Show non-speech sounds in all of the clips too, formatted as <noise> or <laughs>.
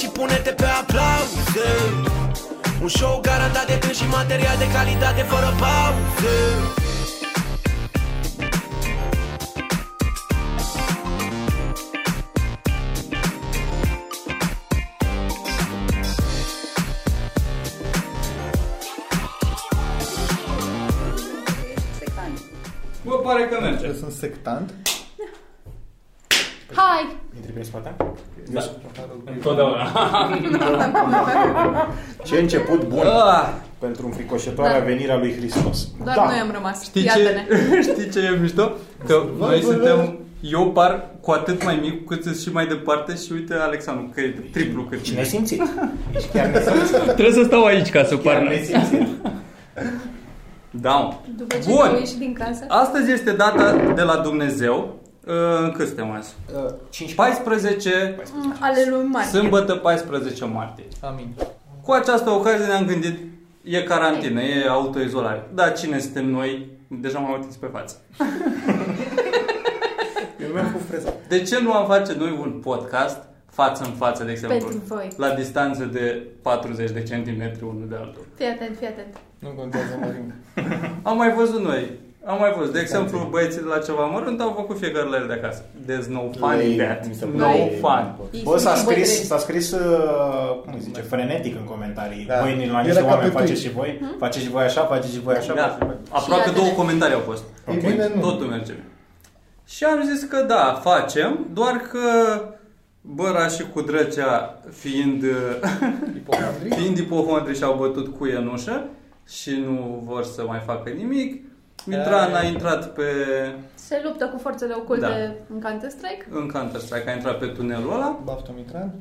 și pune-te pe aplauze Un show garantat de tâns și material de calitate fără pauze Sectant. Bă, pare că merge. Eu sunt sectant. Hai! Intri prin spate? Da. Întotdeauna. Ce început bun Ah, pentru înfricoșătoarea Da. venirea lui Hristos. Doar da. noi am rămas. știi, ce, Iată-ne. <laughs> știi ce e mișto? Că noi suntem... Eu par cu atât mai mic, cu cât sunt și mai departe și uite Alexandru, că e de triplu cât Cine ai mine. simțit? Ești chiar nesimțit. Trebuie să stau aici ca să Chiar par nesimțit. Da. mă. După ce Bun. tu ieși din casă, Astăzi este data de la Dumnezeu. Uh, Cât suntem azi? Uh, 15. 14, mm, ale lui Mari. sâmbătă 14 martie. Amin. Cu această ocazie ne-am gândit, e carantină, e autoizolare. Dar cine suntem noi? Deja m-am uitat pe față. Eu mi-am cu freza. De ce nu am face noi un podcast față în față, de exemplu? Pentru voi. La distanță de 40 de centimetri unul de altul. Fii atent, fii atent. Nu contează mărimea. Am mai văzut noi. Am mai văzut. De exemplu, băieții de la ceva mărunt au făcut fiecare la el de acasă. There's no fun in Lei, that. mi se pare No lei. fun. Ei Bă, s-a sunt bătrâni. scris, s-a scris uh, cum îi zice, frenetic în comentarii. Da. Voi la Era niște ca oameni pe faceți Twitch. și voi, Hmm? faceți și voi așa, faceți și voi așa. Da. faceți și voi. Aproape Și două altele. comentarii au fost. E bine, nu. Totul merge bine. Și am zis că da, facem, doar că Băra și cu drăcea fiind, <laughs> Ipocondrii? fiind ipohondri și-au bătut cu în ușă și nu vor să mai facă nimic, Mitran a intrat pe, Se luptă cu forțele oculte Da. în Counter-Strike. în Counter-Strike, a intrat pe tunelul ăla. Baftă Mitran?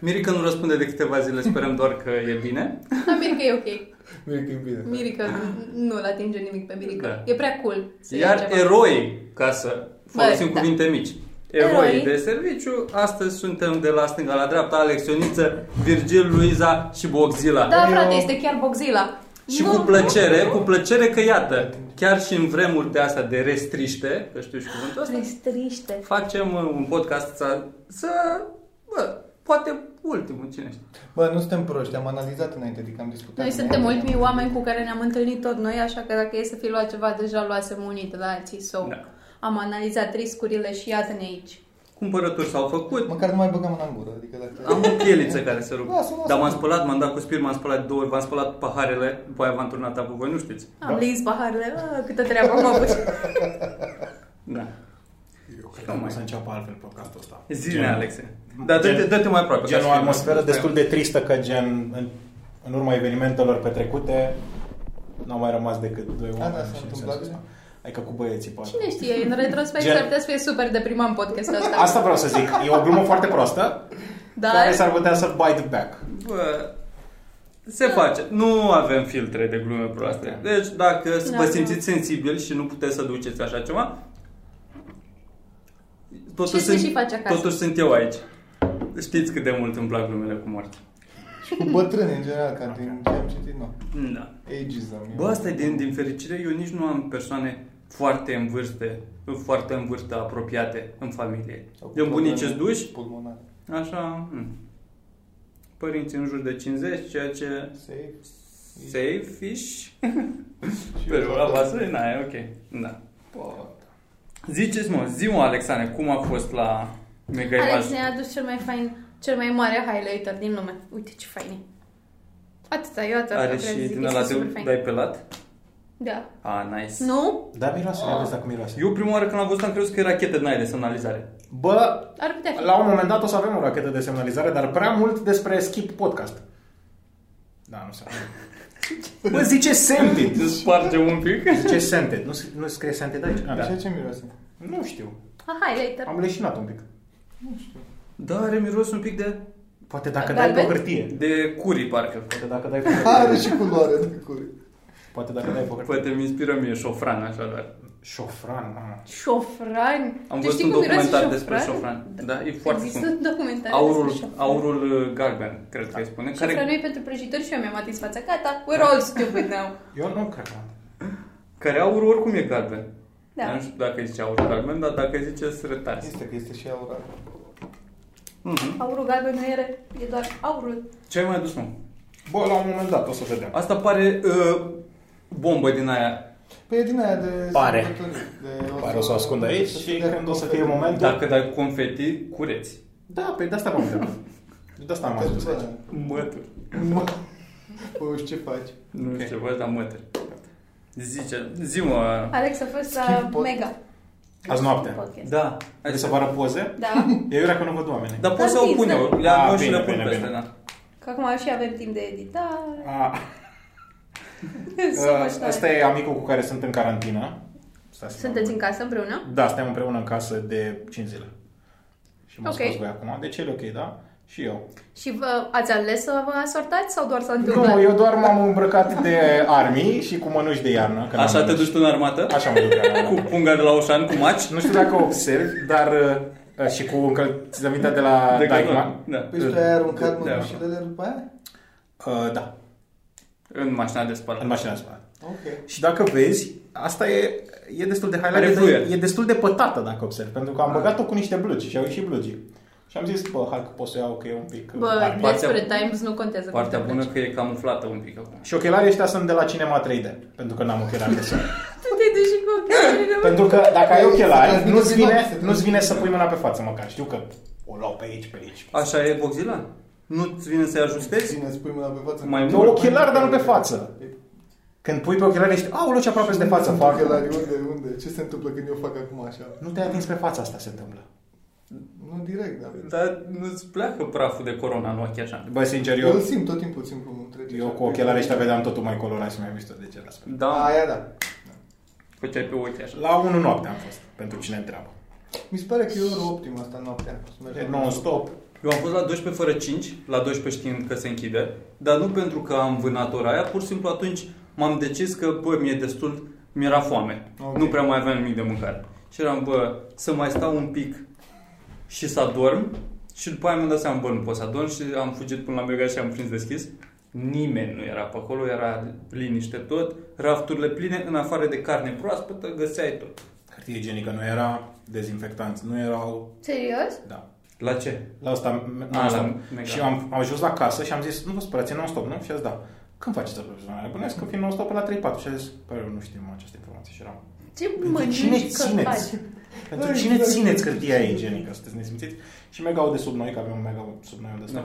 Mirica nu răspunde de câteva zile, sperăm doar că <laughs> e bine. Dar Mirica e ok. Mirica e bine. Mirica nu-l atinge nimic pe Mirica. Da. E prea cool. să iei Iar ceva. eroi, ca să folosim da. cuvinte mici, Eroi. eroi de serviciu, astăzi suntem de la stânga la dreapta, Alex Ioniță, Virgil, Luiza și Boxila. Da, frate, este chiar Boxila. Și Nu- cu plăcere, cu plăcere că iată, chiar și în vremuri de astea de restriște, că știu și cuvântul ăsta, Restriște. facem uh, un podcast să, să bă, poate ultimul, cine știe. Bă, nu suntem proști, am analizat înainte, adică am discutat. Noi Da. suntem ultimii oameni cu care ne-am întâlnit tot noi, așa că dacă e să fi luat ceva, deja luasem unii de la alții. So, Da. am analizat riscurile și iată-ne aici. Cumpărături s-au făcut, Măcar nu mai băgăm în gură, adică dacă... Am o pieliță care se rupe. Lasă, lasă. Dar m-am spălat, m-am dat cu spirit, m-am spălat de două ori, v-am spălat paharele, după aia v-am turnat apă, voi nu știți. Am da. lins paharele, a, câtă treabă am avut. Da. Eu cred că o să înceapă altfel podcastul ăsta. Zine, Gen- Alexe. Dar dă-te, Gen- dă-te mai aproape. Gen ca o să fim atmosferă mai- destul de tristă că gen în, în urma evenimentelor petrecute n-au mai rămas decât doi oameni. da, s-a și în întâmplat sensul ăsta. Adică cu băieții poate. <laughs> Cine știe, în retrospect Gen- ar putea să fie super deprimant podcastul ăsta. Asta vreau să zic. E o glumă foarte proastă Dar care s-ar putea să bite back. Bă, se face. Nu avem filtre de glume proaste. Deci, dacă Da, vă da. simțiți sensibil și nu puteți să duceți așa ceva, Ce totuși se și sunt, face acasă? totuși sunt eu aici. Știți cât de mult îmi plac glumele cu moarte. Și cu bătrâni, în general, ca din ce am citit, nu. Da. Ageism. e- Bă, asta e din, din fericire, eu nici nu am persoane foarte în vârstă, foarte în vârstă apropiate în familie. Sau cu Eu bunici probleme duși, Pulmonare. așa, hmm. părinții în jur de 50, ceea ce Safe. safe-ish, Și pe eu- la vasului, na, e ok, da. Ziceți mă, zi mă, Alexane, cum a fost la Mega Alex Imagine? ne-a adus cel mai fain, cel mai mare highlighter din lume. Uite ce fain e. Atâta, eu atâta Are vreau să și zic, din este ăla super de fain. dai pe lat? Da. Ah, nice. Nu? Da, miroase, nu aveți dacă miroase. Eu prima oară când am văzut am crezut că e rachetă din aia de semnalizare. Bă, Ar putea fi. la un moment dat o să avem o rachetă de semnalizare, dar prea mult despre skip podcast. Da, nu se Bă, zice scented. Îți sparge un pic? Zice scented. Nu, nu scrie scented aici? Da. Ah, Și ce miroase? Nu știu. A, highlighter. Am leșinat un pic. Da, are miros un pic de, Poate dacă Galben? dai pe o hârtie. de curii, parcă. Poate dacă dai pe o Are hârtie. și culoare de curie. Poate dacă dai pe o hârtie. Poate mi Păi, inspiră mie șofran, așa doar. Șofran, mamă. Șofrani. Am Tu văzut știi un cum miroase documentar despre șofran. Da, e foarte Există scump. un documentar despre Aurul, șofran. aurul uh, galben, cred că îi spune. Care... Care, Șofranul e pentru prăjituri și eu mi-am atins fața. Gata, we're all stupid now. Eu nu cred. mă. care aurul oricum e galben. Da. Nu știu dacă îi zice aur galben, dar dacă îi zice sunt retare. Este că este și aura. Mhm. Aurul galben nu era, e doar aurul. Ce ai mai adus, mă? Bă, la un moment dat o să vedem. Asta pare uh, bombă din aia. Păi e din aia de... Pare. sărbători, De, Pare o să o ascund aici să și dea când o să fie confeti. momentul... Dacă dai confeti, cureți. Da, păi de asta m-am <laughs> întrebat. De asta am Te adus aici. zbără. Mături. Mă, Păi uși ce faci. Nu okay. știu, bă, dar mături. Zice, zi mă. Alex a fost la Schimb pot- Mega Azi noapte. Podcast. Da. Hai Hai să să fac. vă arăt poze. Da, Eu era că nu văd oamenii. Dar pot să Am o zis, pun da. eu. Le-am Ah, luat și bine, le pun bine, peste, bine. da. că acum și avem timp de editare. <laughs> A, <laughs> So much a, Ah, ăsta time. e amicul cu care sunt în carantină. Stați Sunteți în casă împreună? Da, suntem împreună în casă de 5 zile. Și m-a Ok. scos voi acum. Deci el e ok, da? Și eu. Și vă, ați ales să vă asortați sau doar s-a întâmplat? Nu, eu doar m-am îmbrăcat de armii și cu mănuși de iarnă. că Așa n-am te mânuși. duci tu în armată? Așa mă duc. la Cu armă. punga de la Oșan, cu maci? Nu știu dacă observi, dar uh, și cu încălțămintea de la De Daichman. Decathlon. Da. Păi și tu ai Da, aruncat mănușile de după aia? Uh, da, În mașina de în spălat. mașina de spălat. Ok. Și dacă vezi, asta e, e destul de highlight, Are e, fluier. e destul de pătată dacă observi, pentru că am băgat-o cu niște blugi și au ieșit blugi. Și am zis, bă, hai că pot să iau, că e un pic... Bă, armie. partea- despre Times nu contează. Partea cum te bună faci. că e camuflată un pic acum. Și ochelarii ăștia sunt de la Cinema 3D, pentru că n-am ochelari de sol. Tu te duci și cu ochelarii. mă. pentru că dacă ai Se ochelari, transmite nu-ți din ochi, vine, se nu-ți vine să transmite. pui mâna pe față măcar. Știu că o luau pe aici, pe aici. Așa e, Boxila? Nu-ți vine să-i ajustezi? Ține, spui mâna pe față. Mai Nu mult. ochelari, dar nu pe față. Când pui pe ochelari, ești, aoleu, ce aproape de față fac. Ochelari, unde, unde? Ce se întâmplă când eu fac acum așa? Nu te-ai atins pe față, asta se întâmplă. Nu direct, dar... Dar nu-ți pleacă praful de corona în ochi așa. Bă, sincer, Eu eu, îl simt tot timpul, simt cum îmi trece. eu așa. cu ochelarii ăștia vedeam totul mai colorat și mai mișto de ce era Da, Aia da. făceai pe ochi așa. La 1 noapte am fost, pentru cine întreabă. Mi se pare că e ora optimă asta noaptea. Să mergem Non-stop. Eu am fost la 12 fără 5, la 12 știind că se închide, dar nu pentru că am vânat ora aia, pur și simplu atunci m-am decis că, bă, mi-e destul, mi-era foame. Ok. Nu prea mai aveam nimic de mâncare. Și eram, bă, să mai stau un pic și să adorm și după aia mi-am dat seama, bă, nu pot să adorm și am fugit până la mega și am prins deschis. Nimeni nu era pe acolo, era liniște tot, rafturile pline, în afară de carne proaspătă, găseai tot. Hârtie igienică nu era, dezinfectanți nu erau, Serios? da. La ce? La asta A, la non-stop. mega. și am, am ajuns la casă și am zis, nu vă spărați, e non-stop, nu? Și a zis, da. Când faceți Păi, aprovizionarea? Bunesc că fi non-stop pe la 3-4. Și a zis, păi eu nu știm această informație. Și eram, Ce pentru cine mănânci că faci? țineți? Pentru Ai, cine da. țineți hârtia igienică? Sunteți nesmințiți? Și mega de sub noi, că avem un mega sub noi de Da. asta.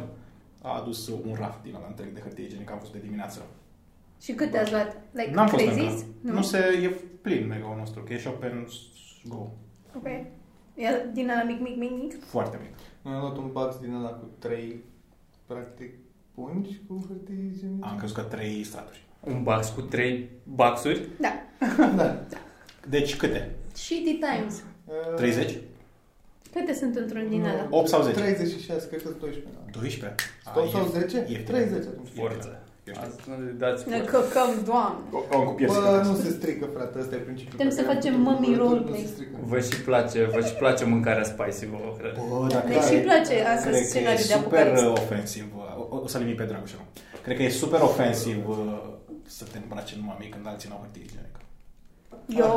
A adus un raft din ăla întreg de hârtie igienică, am fost de dimineață. Și cât te-ați luat? Like, N-am fost trei încă. zis? Nu? nu se, e plin mega nostru, că e și open go. Ok. E din ăla mic, mic, mic, mic? Foarte mic. Noi am luat un box din ăla cu trei, practic, pungi cu hârtie igienică. Am crezut că trei straturi. Un bax cu trei baxuri? Da. Da. Deci câte? Shitty Times. Uh, da. 30? Câte sunt într-un din nu, ăla? 8 sau 10? 36, cred că 12. da. 12? Stop A, sau ieftin. 10? Ieftin. 30 atunci. Forță. Eu știu. Asta le dați Ne forță. căcăm, doamne. O, am cu piese. Bă, nu se strică, frate, ăsta e principiul. Putem pe să care am facem făcut-o mummy cu roleplay. bărbătul, Nu se strică. Vă și place, vă și place mâncarea spicy, vă cred. Bă, dacă Ne și place asta Cred că e scenariul de super apocalipsă. ofensiv. uh, O, o, o să-l imit pe Dragoș acum. Cred că e super ofensiv uh, să te îmbraci în mami când alții n-au hârtie igienică. <laughs> Eu.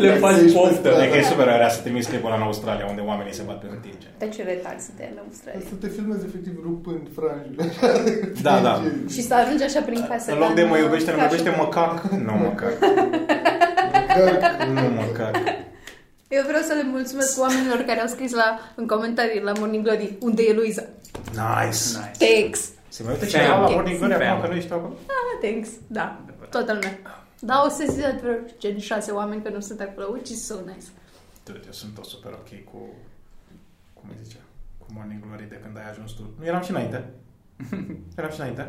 Le faci Ești poftă. poftă. Cred că e super rea să trimis clipul ăla în Australia unde oamenii se bat pe hârtie igienică. Dar ce retard suntem în Australia. Să te filmezi efectiv rupând franjul. Da, <laughs> da. Și să ajungi așa prin casă. În loc ca de mă iubește, mă ca și- iubește, mă cac. Nu mă cac. Dar Nu mă <laughs> cac. Eu vreau să le mulțumesc oamenilor care au scris la, în comentarii la Morning Glory unde e Luiza. Nice. Thanks! Se mai uită Fam. cineva la Fam. Morning Glory acum Fam. că nu ești acolo? Ah, thanks! Da, toată lumea. Da, o să zic vreo gen șase oameni că nu sunt acolo, which is so nice. Dude, eu sunt tot super ok cu, cum îi zice, cu Morning Glory de când ai ajuns tu. Nu eram și înainte. eram și înainte.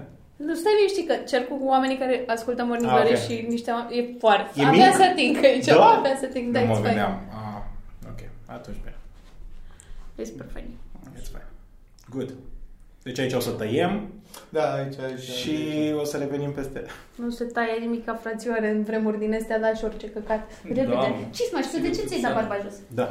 Nu stai liniștit că cercul cu oamenii care ascultă Morning Ah, Glory ok. și niște oameni e foarte... E abia mic? să ating aici, Da? abia să ating, da, nu it's mă fine. gândeam. Ah, ok, atunci bine. E super funny. It's fine. Good. Deci aici o să tăiem Da, aici, aici. și o să revenim peste... Nu se taie nimic ca frățioare în vremuri din astea, da, și orice căcat. Repede. Doamne. Ce mai știu, de ce ți-ai dat barba jos? Da.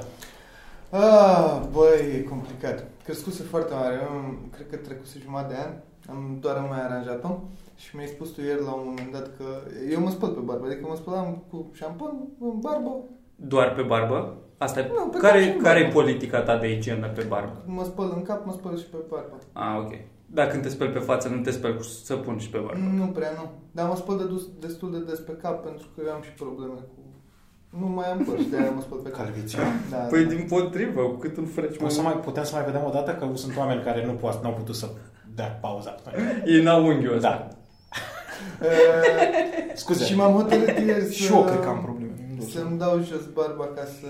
Ah, băi, e complicat. Crescuse foarte mare. Eu, am- cred că trecuse jumătate de an. Am doar am mai aranjat-o. Și mi-ai spus tu ieri la un moment dat că eu mă spăl pe barbă. Adică mă spălam cu șampon în barbă doar pe barbă? Asta e, Nu, pe cap și care, în care e barbă. politica ta de igienă pe barbă? Mă spăl în cap, mă spăl și pe barbă. Ah, ok. Dacă când te speli pe față, nu te speli cu săpun și pe barbă. Nu prea, nu. Dar mă spăl de dus, destul de des pe cap pentru că eu am și probleme cu... Nu mai am păr și de-aia mă spăl pe cap. Calviția. Da, Păi da. din potrivă, cu cât îl freci O mai să mai, putem să mai vedem o dată că sunt oameni care nu poate, n-au putut să dea pauza. Ei n-au unghiul ăsta. Da. E, Scuze. Eh, Și m-am hotărât ieri să... Și eu cred că am probleme. Să-mi dau jos barba ca să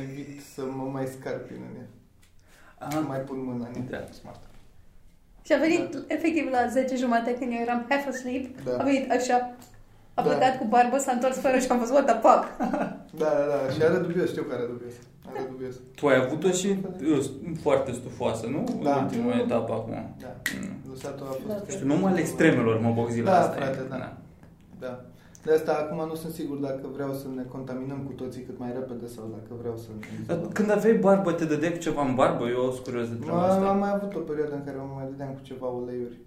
evit să mă mai scarpin în ea. Să Ah, mai pun mâna în ea. da. Și a venit efectiv la 10 jumate când eu eram half asleep. Da. A venit așa, a Da. plecat cu barbă, s-a întors fără și am fost what the <laughs> fuck. Da, da, da. Și are dubios. Știu că are dubios. Are dubios. Tu ai avut-o și uh, foarte stufoasă, nu? Da. În ultima etapă acum. Da. Mm. Lăsatul a fost... Da, Știu, numai al extremelor mă bog zilele Da, astea. frate, da. Da. De asta acum nu sunt sigur dacă vreau să ne contaminăm cu toții cât mai repede sau dacă vreau să ne Dar izolăm. când aveai barbă, te dădeai cu ceva în barbă? Eu sunt curios de treaba Mă- Am asta. mai avut o perioadă în care mă mai dădeam cu ceva uleiuri.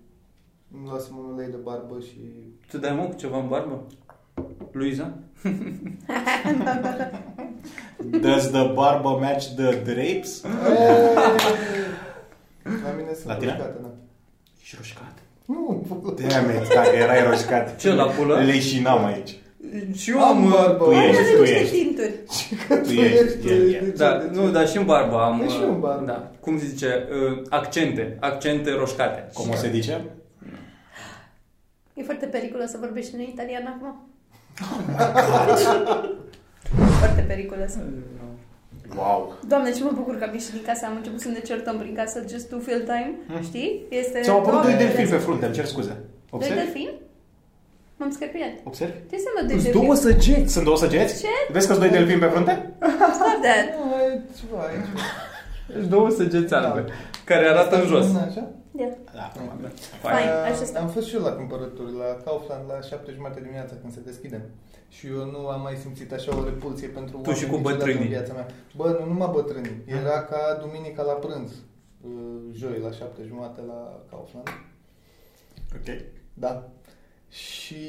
Îmi luasem un ulei de barbă și... Tu dai mă cu ceva în barbă? Luiza? Does the barba match the drapes? La mine sunt La tine? urcate, da. Ești roșcat. Nu, Damn it, da, dacă erai roșcat. Ce, la pulă? Leșinam aici. Și eu am... Am uh, barbă. Tu Am ești, avut tu niște ești. tinturi. Tu ești, tu el e. de ce, Da, de ce? nu, dar și în barbă am... E Păi și uh, în barbă. Da. Cum se zice? uh, Accente. Accente roșcate. Cum o se dice? E foarte periculos să vorbești în italian <laughs> acum. foarte periculos. Wow. Doamne, ce mă bucur că am ieșit din casă, am început să ne certăm prin casă, just to feel time, Mm. știi? Este... Ți-au apărut doi Doamne, delfini pe frunte, îmi cer scuze. Doi Observi? delfini? M-am scăpiat. Observi? Ce înseamnă doi Sunt delfini? două săgeți. Sunt două săgeți? Ce? Vezi că sunt doi delfini pe frunte? Stop that. Nu, e ceva aici. Deci două săgeți Da. albe, care arată în jos. Bună, Așa? Yeah. Da, probabil. Fain, Fain. așa stau. Am fost și eu la cumpărături, la Kaufland, la 7 jumate dimineața când se deschide. Și eu nu am mai simțit așa o repulsie pentru Tu și oameni cu niciodată bătrânii. În viața mea. Bă, nu numai bătrânii. Era ca duminica la prânz, uh, joi la 7 jumate la Kaufland. Ok. Da. Și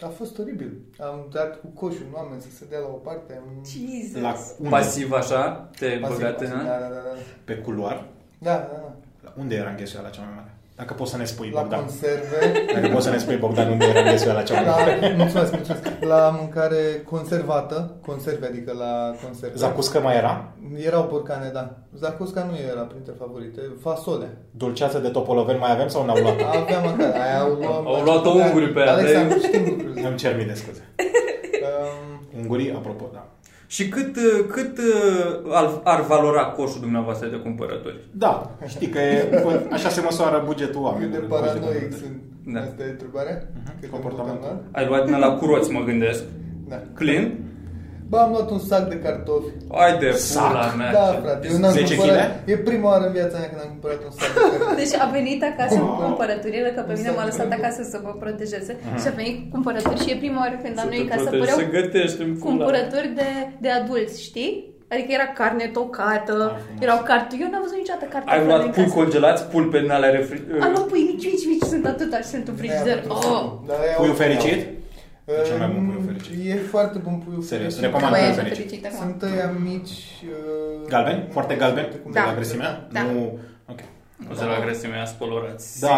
a fost oribil. Am dat cu coșul în oameni să se dea la o parte. Am... Jesus. La unde? Pasiv așa, te Pasiv, băgate, pasiv. ha? da, da, da, da. Pe culoar? Da, da, da. La Unde era înghesuiala cea mai mare? Dacă poți să ne spui, La Bogdan. conserve. Dacă poți să ne spui, Bogdan, unde era înghesuiala cea mai La, mare? mulțumesc, mulțumesc. La mâncare conservată, conserve, adică la conserve. Zacuscă mai era? Erau borcane, da. Zacusca nu era printre favorite. Fasole. Dulceață de topoloveni mai avem sau n-au luat? Aveam măcar. Aia au luat, Au luat-o ungurii pe ea, Alexandru, știm lucrurile. Îmi cer mii de scuze. Um, Ungurii, apropo, da. Și cât, uh, cât uh, ar, ar valora coșul dumneavoastră de cumpărători? Da, știi că e, așa se măsoară bugetul cât de oamenilor. paranoic bugetul- sunt. Da. Asta e întrebarea? Cât de Comportamentul. mult am Ai luat din la curoți, mă gândesc. luat? Da. Clean? Ba, am luat un sac de cartofi. Hai de Sac. pula mea. Da, ce frate, pis- eu n-am 10 cumpărat. E prima oară în viața mea când am cumpărat un sac de cartofi. <laughs> Deci a venit acasă cu cumpărăturile, că pe mine m-a lăsat acasă să mă protejeze și a venit cu cumpărături și e prima oară când am Să noi te ca să protejezi, să păreau gătești în pula mea. cumpărături de, de adulți, știi? Adică era carne tocată, Ah, frumos. erau cartofi. Eu n-am văzut niciodată Ai cartofi în luat pui casă. congelați, pulpe din alea refri... uh, Am luat pui mici, mici, mici, sunt atâta și sunt în frigider. Oh! Da, aia Puiul au- fericit? E cel mai bun puiul Um, fericit. E foarte bun puiul Serios, fericit. recomand. Băi, puiul sunt fericit. fericită acum. Sunt ăia mici... uh, Galbeni? nu Foarte știu galbeni? cum De la se grăsimea? Da. Nu. Ok. Nu se la grăsimea, ați colorați. Da,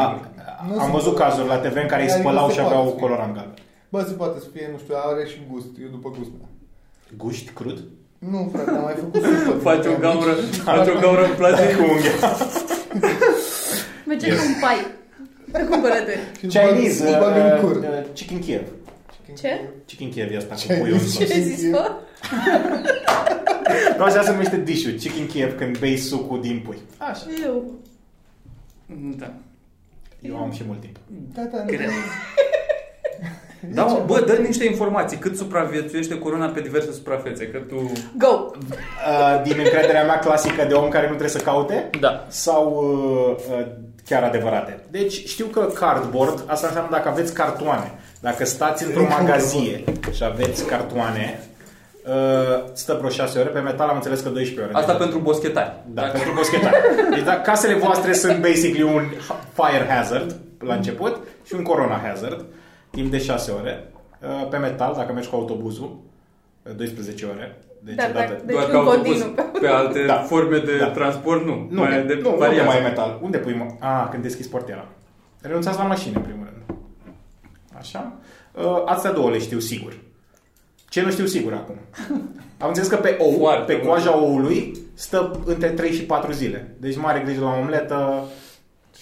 Nu am sunt văzut colorat. cazuri la TV în care îi Adică spălau se și poate aveau fi. coloran galben. Bă, se poate să fie, nu știu, are și gust. Eu după gust. mea. Guști crud? Nu, frate, am mai <laughs> făcut supă. Faci o gaură, Mici și faci o foarte- gaură în plastic. Cu unghia. Merge cu un pai pe cumpărături. și îți bag- Chinese, îți bag în uh, cur. uh, Chicken Kiev. Ce? Chicken Kiev e asta cu Chinese puiul. în sos. Ce ai zis, bă? Nu, așa se numește dish-ul, chicken Kiev, când bei sucul din pui. Așa. Eu. Da. Eu am și mult timp. Da, da, nu. Greu. Da, mă, bă, dă niște informații. Cât supraviețuiește corona pe diverse suprafețe? Că tu... Go! Uh, din încrederea mea clasică de om care nu trebuie să caute Da. sau uh, uh, chiar adevărate. Deci știu că cardboard, asta înseamnă dacă aveți cartoane. Dacă stați într-o magazie și aveți cartoane, uh, stă vreo 6 ore, pe metal am înțeles că 12 ore. Asta Deci- pentru boschetari. Da, pentru boschetari. Deci da, casele voastre sunt basically un fire hazard la început și un corona hazard timp de 6 ore. Uh, Pe metal, dacă mergi cu autobuzul, uh, 12 ore. Deci Dar o dată. dacă- Doar Deci că în au continuu. făcut pe alte Da. forme de Da. transport, nu. Nu, mai mai, de nu, nu unde variații. mai e metal. Unde pui mă? A, când deschizi portiera. Renunțați la mașină, în primul rând. Așa. Uh, Astea două le știu sigur. Ce nu știu sigur <laughs> acum? Am înțeles că pe ou, Foarte pe coaja oului, stă între 3 și 4 zile. Deci mare grijă la omletă.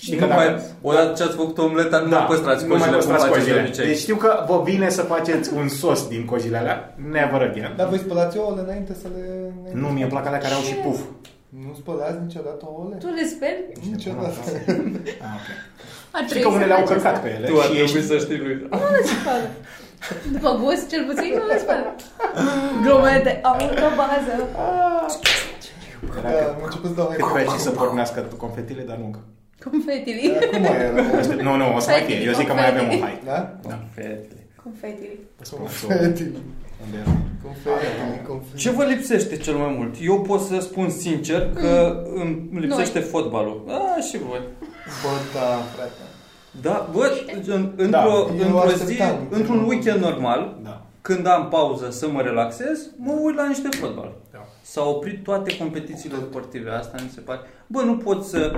Știi nu că dacă... Da, mai, odată ce ați făcut omleta, nu mai păstrați nu mai cojile, cum păstrați faceți de cojile. obicei. Deci știu că vă vine să faceți un sos din cojile alea. Never again. Dar voi spălați ouăle înainte să le... Nu, mi-e plac alea care au și puf. Nu spălați niciodată ouăle? Tu le speli? Niciodată. Ah, ok. Ar Știi că să unele au faci căcat asta. pe ele Tu ar și ești trebui să știi, lui. Nu le spală. După gust, cel puțin, nu le spală. Glume de aur la bază. Era Da, că- am început să dau mai Cât pe și să pornească confetile, dar nu. Confetili. Cum mai era? Nu, nu, o să mai fie. Eu zic că mai avem un hai. Da? Confetili. Confeti. Confeti. Confeti. Ce vă lipsește cel mai mult? Eu pot să spun sincer că îmi lipsește fotbalul. A, și voi. Bă, da, frate. Da, bă, în, într-o, Da, eu într-o zi, așteptam. într-un weekend normal, Da. când am pauză să mă relaxez, mă uit la niște fotbal. Da. S-au oprit toate competițiile sportive, asta mi se pare. Bă, nu poți să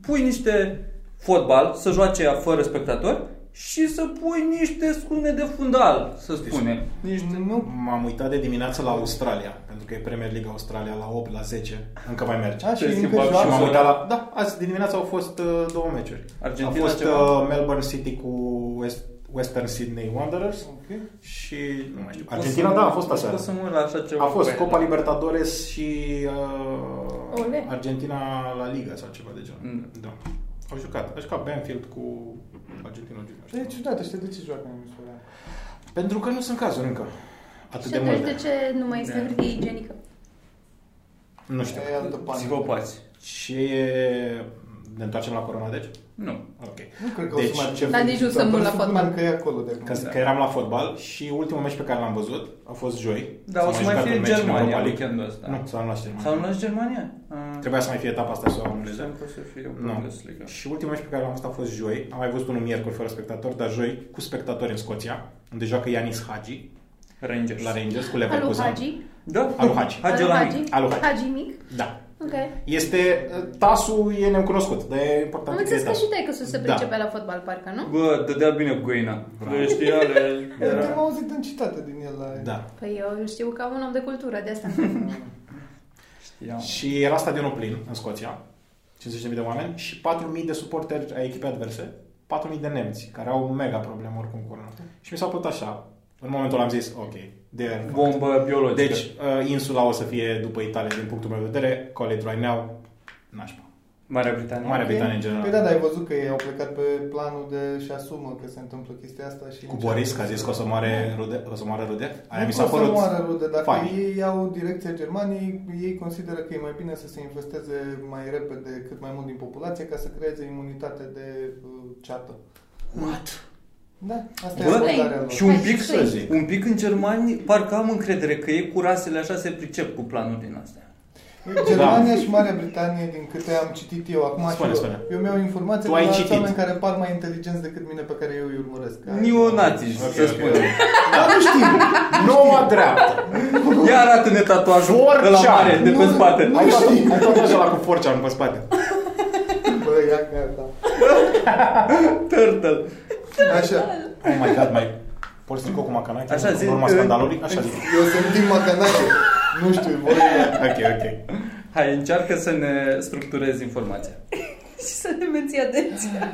pui niște fotbal, să joace ea fără spectatori și să pui niște scume de fundal, să Deci, spunem. Niște... Nu. M-am uitat de dimineață la Australia, pentru că e Premier League Australia la 8, la 10, încă mai merge. A, și Te încă schimba- Și m-am joacă. uitat la... Da, azi de dimineață au fost uh, două meciuri. Argentina a fost ceva? uh, Melbourne City cu West, Western Sydney Wanderers Ok. și nu mai știu. Pot Argentina, să- da, a fost Pot aseară. Deci, să mă uit la așa ceva. A fost Bă, Copa Libertadores și uh, Ole. Argentina la Liga sau ceva de genul. Mm. Da. Au jucat. A jucat Banfield cu Argentina Junior. Dar E Deci- ciudată, știi da, de ce joacă în Australia? Pentru că nu sunt cazuri încă. Atât Și de atunci multe. de ce nu mai este hârtie igienică? Nu știu. E altă panică. Psihopați. Ce e... Ne întoarcem la corona, deci? Nu. Ok. Nu cred că o Deci, să mai ce- Dar nici nu se Dar mână la presupun fotbal. Că e acolo de acum. Că, Da. că eram la fotbal și ultimul meci pe care l-am văzut a fost joi. Dar Da, o să mai jucat fie un meci în Germania Europa League. weekendul ăsta. Nu, s-a luat și Sau Deci- Germania. nu ești Germania? Ah. Trebuia să mai fie etapa asta sau engleză. Înseamnă că o să fie o Nu. Bundesliga. Și ultimul meci pe care l-am văzut a fost joi. Am mai văzut unul miercuri fără spectatori, dar joi cu spectatori în Scoția, unde joacă Ianis Hagi Rangers. la Rangers cu Alu Leverkusen. Hagi? Da? Alu Hagi. Hagi Alu la Hagi? mic. Alu Hagi. Hagi mic? Da. Ok. Este... Tasul e necunoscut, dar e important Am înțeles că tasul. și tăi că să se Da. pricepe la fotbal, parcă, nu? Bă, dădea bine cu găina. Le știa, le... Eu era- am auzit în citate din el la... uh, Da. Păi eu îl știu ca un om de cultură, de <laughs> asta. Știam. Și era stadionul plin în Scoția, 50.000 de oameni și 4.000 de suporteri ai echipei adverse, 4.000 de nemți, care au mega probleme oricum cu corona. Da. Și mi s-a părut așa. În momentul ăla am zis, ok, de Bombă biologică. Deci, uh, insula o să fie după Italia, din punctul meu de vedere, call it right now, nașpa. Marea Britanie. Marea Britanie, în Păi general. da, dar ai văzut că ei au plecat pe planul de și asumă că se întâmplă chestia asta și... Cu Boris, că a zis că o să moare rude, Exact. o să moară rude. Aia Nu mi s-a că o părut. Să moară rude, dacă fain. ei iau direcția Germaniei, ei consideră că e mai bine să se infesteze mai repede cât mai mult din populație ca să creeze imunitate de uh, ceată. What? Da, asta e Bă, abordarea lor. Și un Hai pic, să zic. un pic în Germani, parcă am încredere că ei cu rasele așa se pricep cu planul din astea. Germania și Marea Britanie, din câte am citit eu acum, Spune, și eu, spune. eu mi-au informații Tu de ai la citit. oameni care par mai inteligenți decât mine pe care eu îi urmăresc. Neonaziști, Da, Ok, să ok. spunem. Dar nu știu. Noua dreaptă. Iar arată-ne tatuajul Forcea. de la mare, de pe Nu, spate. Ai tot- ai tot așa la cu forcea pe spate. Bă, ia da. gata. Turtle. Așa. Oh my god, mai... Porți tricou cu macanache? Așa în zic, urma uh, scandalului? Așa zic. Eu sunt din Macanache. Nu știu, voi... Ok, ok. Hai, încearcă să ne structurezi informația. și să ne menții atenția.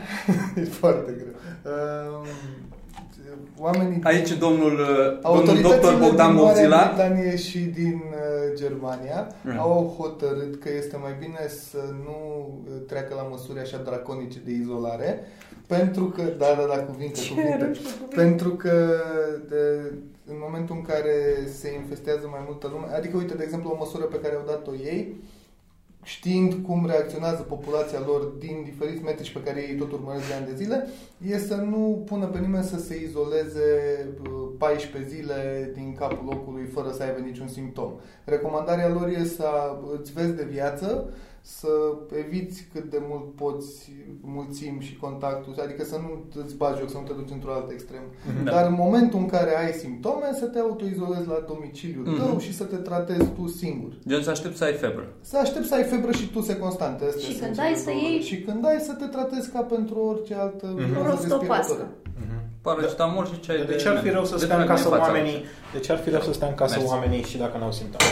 E foarte greu. Um, oamenii... Aici domnul, uh, domnul Autoritățile doctor Bogdan din Marea Bobzila Britanie și din uh, Germania Mm. au hotărât că este mai bine să nu uh, treacă la măsuri așa draconice de izolare, pentru că, da, da, da, cuvinte, cuvinte, pentru că de, în momentul în care se infestează mai multă lume, adică, uite, de exemplu, o măsură pe care au dat-o ei, știind cum reacționează populația lor din diferiți metrici pe care ei tot urmăresc de ani de zile, e să nu pună pe nimeni să se izoleze uh, 14 zile din capul locului fără să aibă niciun simptom. Recomandarea lor e să îți vezi de viață, să eviți cât de mult poți mulțim și contactul, adică să nu îți bagi joc, să nu te duci într-o altă extremă. Da. Mhm. Da. Dar în momentul în care ai simptome, să te autoizolezi la domiciliul Mhm. tău și să te tratezi tu singur. Gen, să aștept să ai febră. Să aștepți să ai febră și tu se constante. Astea Și sunt când cele ai să două. iei- Și când ai să te tratezi ca pentru orice altă Mhm. boală Rostopască. respiratorie. Paracetamol și ceai Da. De, de... de ce ar fi rău să de stea în dragă casă fața. oamenii? De ce ar fi rău să stea în casă Mersi. oamenii și dacă n-au simptome?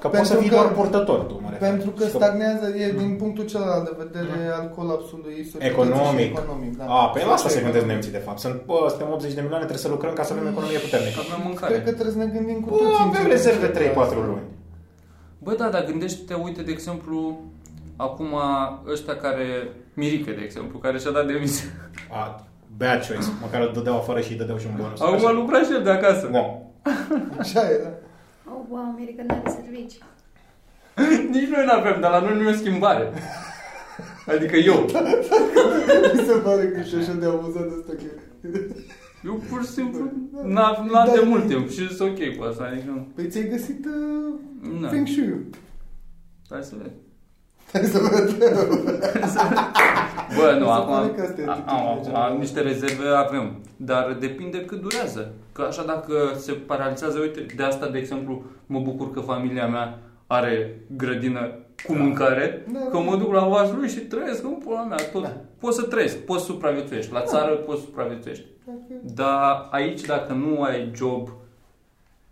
Că poți Pentru să fii că- doar purtător, tu, mă refer. Pentru că Stop. Mhm. stagnează, e din punctul celălalt de vedere al colapsului societății Economic. și economic da. A, pe la asta se gândesc nemții, de fapt. Sunt, bă, suntem 80 de milioane, trebuie să lucrăm ca să avem economie puternică. Că avem Cred că mâncare. trebuie să ne gândim cu Bă, toții. în avem ce rezerve direcție 3-4 asta. luni. Bă, da, dar gândește-te, uite, de exemplu, acum ăștia care... Mirică, de exemplu, care și-a dat demisia. A, bad choice. Măcar îl dădeau afară și îi dădeau și un bonus. Acum lucra și el de acasă. Da. Așa e, da. Oh, wow, America nu are servicii. <laughs> Nici noi n-avem, dar la noi nu e o schimbare. Adică <laughs> eu. Mi se pare că și așa de amuzant asta că... Eu pur și simplu Da. n-am n-am de mult timp și sunt ok cu asta. Adică nu. Păi ți-ai găsit uh, Na, Păi Feng Shui-ul. Hai să vedem. Hai să vedem. Bă, nu, Mi se acum pare că asta e a- am, atitudinea acum generală. niște rezerve avem, dar depinde cât durează. Că așa dacă se paralizează, uite, de asta, de exemplu, mă bucur că familia mea are grădină cu mâncare, Da. că mă duc la vașul lui și trăiesc în pula mea, tot. Poți să trăiești, poți să supraviețuiești, Da. la țară poți să supraviețuiești. Dar aici, dacă nu ai job,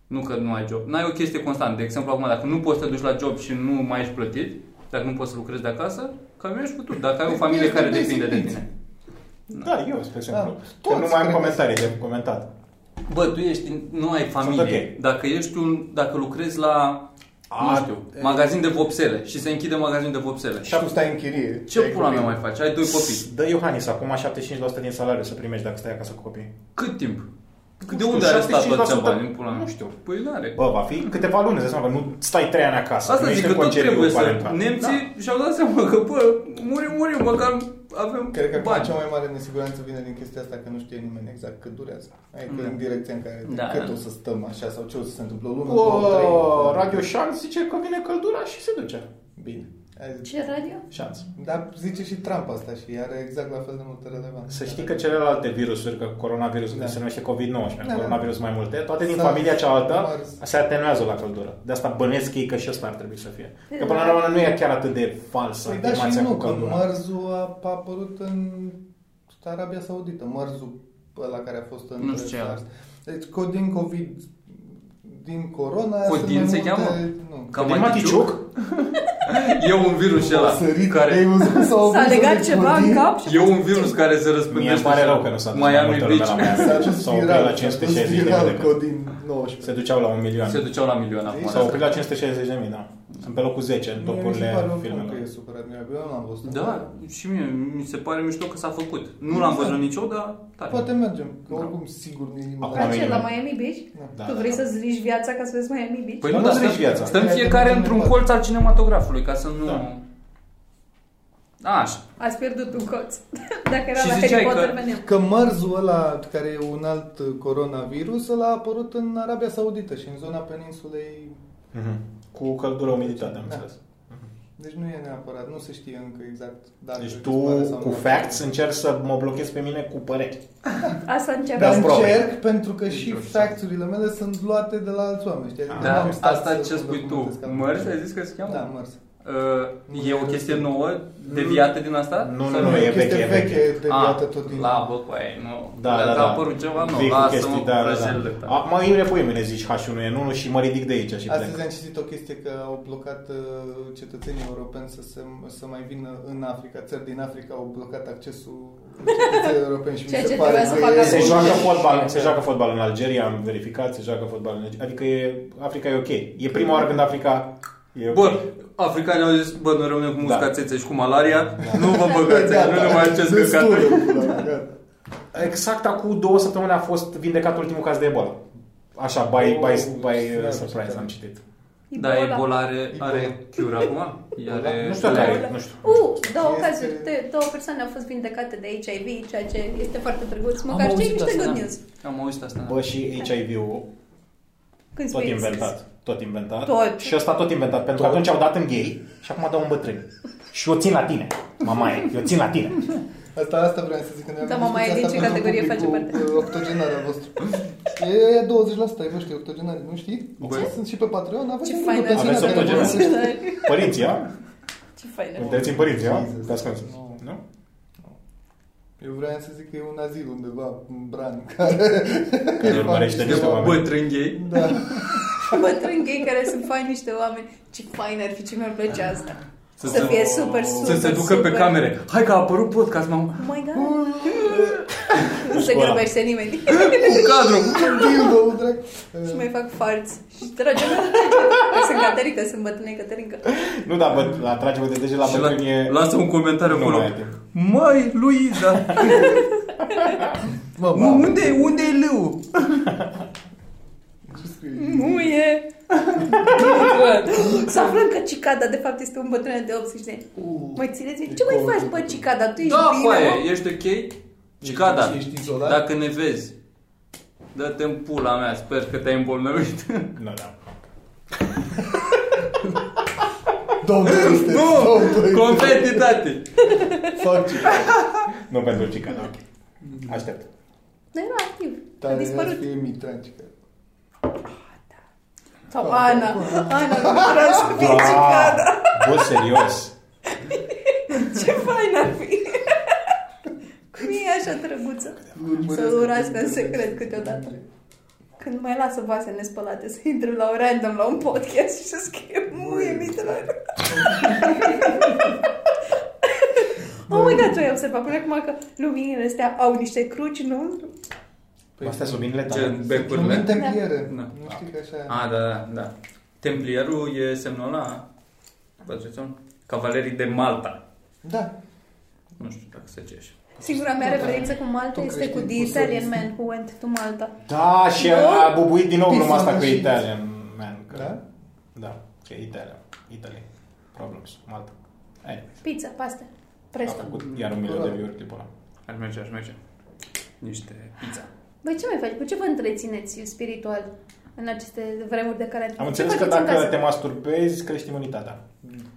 nu că nu ai job, n-ai o chestie constantă. De exemplu, acum, dacă nu poți să te duci la job și nu mai ești plătit, dacă nu poți să lucrezi de acasă, cam ești făcut. Dacă Păi ai o Deci familie ești care basic depinde de needs. tine. Da, eu, spre exemplu. toți Că nu mai am cred că- comentarii de comentat. Bă, tu ești, nu ai familie. ok. Dacă ești un, dacă lucrezi la, A, nu știu, magazin de vopsele și se închide magazinul de vopsele. Și tu stai în chirie. Ce Ai pula mea copii. Exact. mai faci? Ai doi copii. Dă Iohannis acum 75% din salariu să primești dacă stai acasă cu copii. Cât timp? De știu, unde are statul 75% atâția bani în pula mea? Nu știu. Păi nu are. Bă, va fi câteva luni, îți dai seama că nu stai trei ani acasă. Asta nu zic ești că în tot concediu trebuie să... parental. Da. Nemții și-au dat seama că, bă, murim, murim, măcar avem Cred că bani. cea mai mare nesiguranță vine din chestia asta că nu știe nimeni exact cât durează. Adică Da. în direcția în care Da, cât da. o să stăm așa sau ce o să se întâmplă o lună, două, trei. O, Radio Șans zice că vine căldura și se duce. Bine. Ai zis. Ce radio? Șans. Dar zice și Trump asta și are exact la fel de multă relevanță. Să știi că celelalte virusuri, că coronavirusul Da. se numește COVID-19, Da, da. coronavirus mai multe, toate din Sau familia cealaltă mers. se atenuează la căldură. De asta bănesc ei că și ăsta ar trebui să fie. Că până la urmă nu e chiar atât de falsă Da. Păi da și afirmația cu nu, că căldura. mărzul a a apărut în Arabia Saudită, mărzul ăla care a fost în... Nu știu ce SARS. Deci co- din COVID, din corona... Codin sunt mai se multe- cheamă? Nu. Ca Din maticiuc? E un virus și A ăla sărit, ai care... văzut cum s-a S-a oprit legat de ceva în Codin? cap și E un virus care se răspândește. Mie îmi pare așa. rău că nu s-a dus mai Miami multă lume la Beach. Miami. S-a dus S-a oprit la viral, s-a dus 560 de viral mii. Codin 19. Se duceau la un milion. Se duceau la milion acum. S-a oprit la 560 de mii, da. Sunt pe locul 10 în Mie mi se topurile pare un film că e filmelor. super admirabil, eu l-am văzut. Da, și mie mi se pare mișto că s-a făcut. Nu Da. l-am văzut nicio, dar tare. Poate mergem, că oricum sigur ne Acum la ce? Miami La Beach. Miami Beach? Da, tu da, vrei da. să-ți ridici viața ca să vezi Miami Beach? Păi Dar nu, nu dar zici stăm, viața. stăm Hai, fiecare dăm într-un mai colț al cinematografului, ca să nu... Da. Așa. Ați pierdut un coț. <laughs> Dacă era Și la ziceai Harry Potter, că- veneam. Că mărzul ăla, care e un alt coronavirus, ăla a apărut în Arabia Saudită și în zona peninsulei. Mhm. Cu căldură, umiditate, am Da. înțeles. Deci nu e neapărat, nu se știe încă exact dacă Deci tu, dispare sau cu nu. facts, încerci să mă blochezi pe mine cu păreri. Asta începe. Dar Da, probe. încerc pentru că și facturile mele sunt luate de la alți oameni, știi? Adică Da, n-am stat asta să ce spui tu? documentez ca- Mărți, ai zis că se cheamă? Da, mărs. Uh, e o chestie nouă, deviată din asta? Nu, Sau nu, nu, e chestie veche, e veche. veche, de Ah, viață tot timpul. La bă, cu aia, nu. Da, da, Dacă da. a apărut ceva, nu. Vii cu Lasă-mă chestii, cu da, da, prăjelele da. tale. A, mă îmi repui mine, zici H1N1 și mă ridic de aici și Astăzi am plec. citit o chestie că au blocat uh, cetățenii europeni să, se, să mai vină în Africa. Țări din Africa au blocat accesul <laughs> cetățenilor europeni și mi Ceea se ce pare trebuia să că facă e- Se acum. joacă fotbal, se joacă fotbal în Algeria, am verificat, se joacă fotbal în Algeria. Adică e, Africa e ok. E prima oară când Africa e ok. Bă, africanii au zis, bă, noi rămânem cu Da. muscațețe și cu malaria, nu vă Gata, băgați, nu ne mai acest destul, căcat. pula, gata. Exact acum două săptămâni a fost vindecat ultimul caz de Ebola. Așa, by, by, by, Oh, uh, da, surprise, da. am citit. Da, Ebola are, are cure acum? Are Nu știu cure. care e, nu știu. U, Uh, două Este- cazuri, de, două persoane au fost vindecate de HIV, ceea ce este foarte drăguț. Am Măcar știi auzit niște asta, good da. news. Am auzit asta, da. Bă, și HIV-ul, Când tot spui exclus. inventat. Tot inventat. Tot. Și ăsta tot inventat, pentru că atunci au dat în gay și acum dau în bătrâni. Și eu țin la tine, mamaie, eu țin la tine. <laughs> Asta, asta vreau să zic. Că ne-am Da, mă, mai din discuția asta ce pentru categorie publicul, face parte? uh, Octogenar al <laughs> vostru. E 20%, ai voștri octogenari, nu știi? Bă. Sunt și pe Patreon, aveți Ce un fain grup de aveți persoane care octogenari. vorbesc. da. Părinții, a? Ce faină. Te țin părinții, a? Jesus. Te ascunzi. Nu. Nu? Eu vreau să zic că e un azil undeva, un bran, care... <laughs> Care urmărește De niște bă, oameni. bătrân gay. Da. Bătrâni gay care sunt faini niște oameni. Ce fain ar fi, ce mi-ar plăcea asta. Să, se- fie super, super, Să se ducă super. pe camere. Hai că a apărut podcast, m-am... Oh my god. nu se Școala. grăbește nimeni. <laughs> Cu cadru! Dildo, drag. și mai fac farți. Și trage Sunt Caterica, sunt bătrâne Caterinca. Nu, dar bă, la trage de dege la Și la, bătrâni e... lasă un comentariu Nu acolo. mai ai timp. Măi, Luiza, Mă, u- mamă, unde, unde e leu? ce scrie? Muie! <laughs> Să aflăm că cicada de fapt este un bătrân de 80 de ani. Mai țineți minte? Ce mai faci, bă, cicada? Tu ești Da, bine, mă? coaie, ești ok? Cicada, Ești da? izolat? dacă ne vezi, dă-te în pula mea, sper că te-ai îmbolnăvit. <laughs> Nu, da. Doamne, este nu, competitate. fac ce Nu pentru cica, da. Aștept. Dar era activ. A Tare era să dispărut. fie Mitran, ce care. Sau Ana. Ana, nu vreau să fie Da. cicada. Ah, <laughs> Bă, serios. Ce fain ar fi. <laughs> Cum e așa drăguță? Urmăresc Să-l urască în aceste secret vești. câteodată. Când mai lasă vase nespălate să intrăm la un random la un podcast și să scrie muie <laughs> mitrar. oh my god, tu ai observat până acum că luminile astea au niște cruci, nu? Păi, Astea sunt binele tale. Gen, Nu becurile. mintem piere. Da. Nu știi că așa... A, da, da, da. Templierul e semnul ăla, vă ziceți, cavalerii de Malta. Da. Nu știu dacă se cește. Singura mea referință cu Malta Tu este crești cu The cu Italian solism. Man Who Went to Malta. Da, și a bubuit din nou Pisa, gluma asta mă, cu și- Italian, man. Că... Da? Da, că e Italian. Italy. Problems. Malta. Ai, Pizza, pasta, a presto. făcut iar un milion de view-uri clipul ăla. Ar merge, aș merge. Niște pizza. Voi ce mai faci? Cu ce vă întrețineți spiritual în aceste vremuri de care... Am înțeles că dacă te masturbezi, crești imunitatea.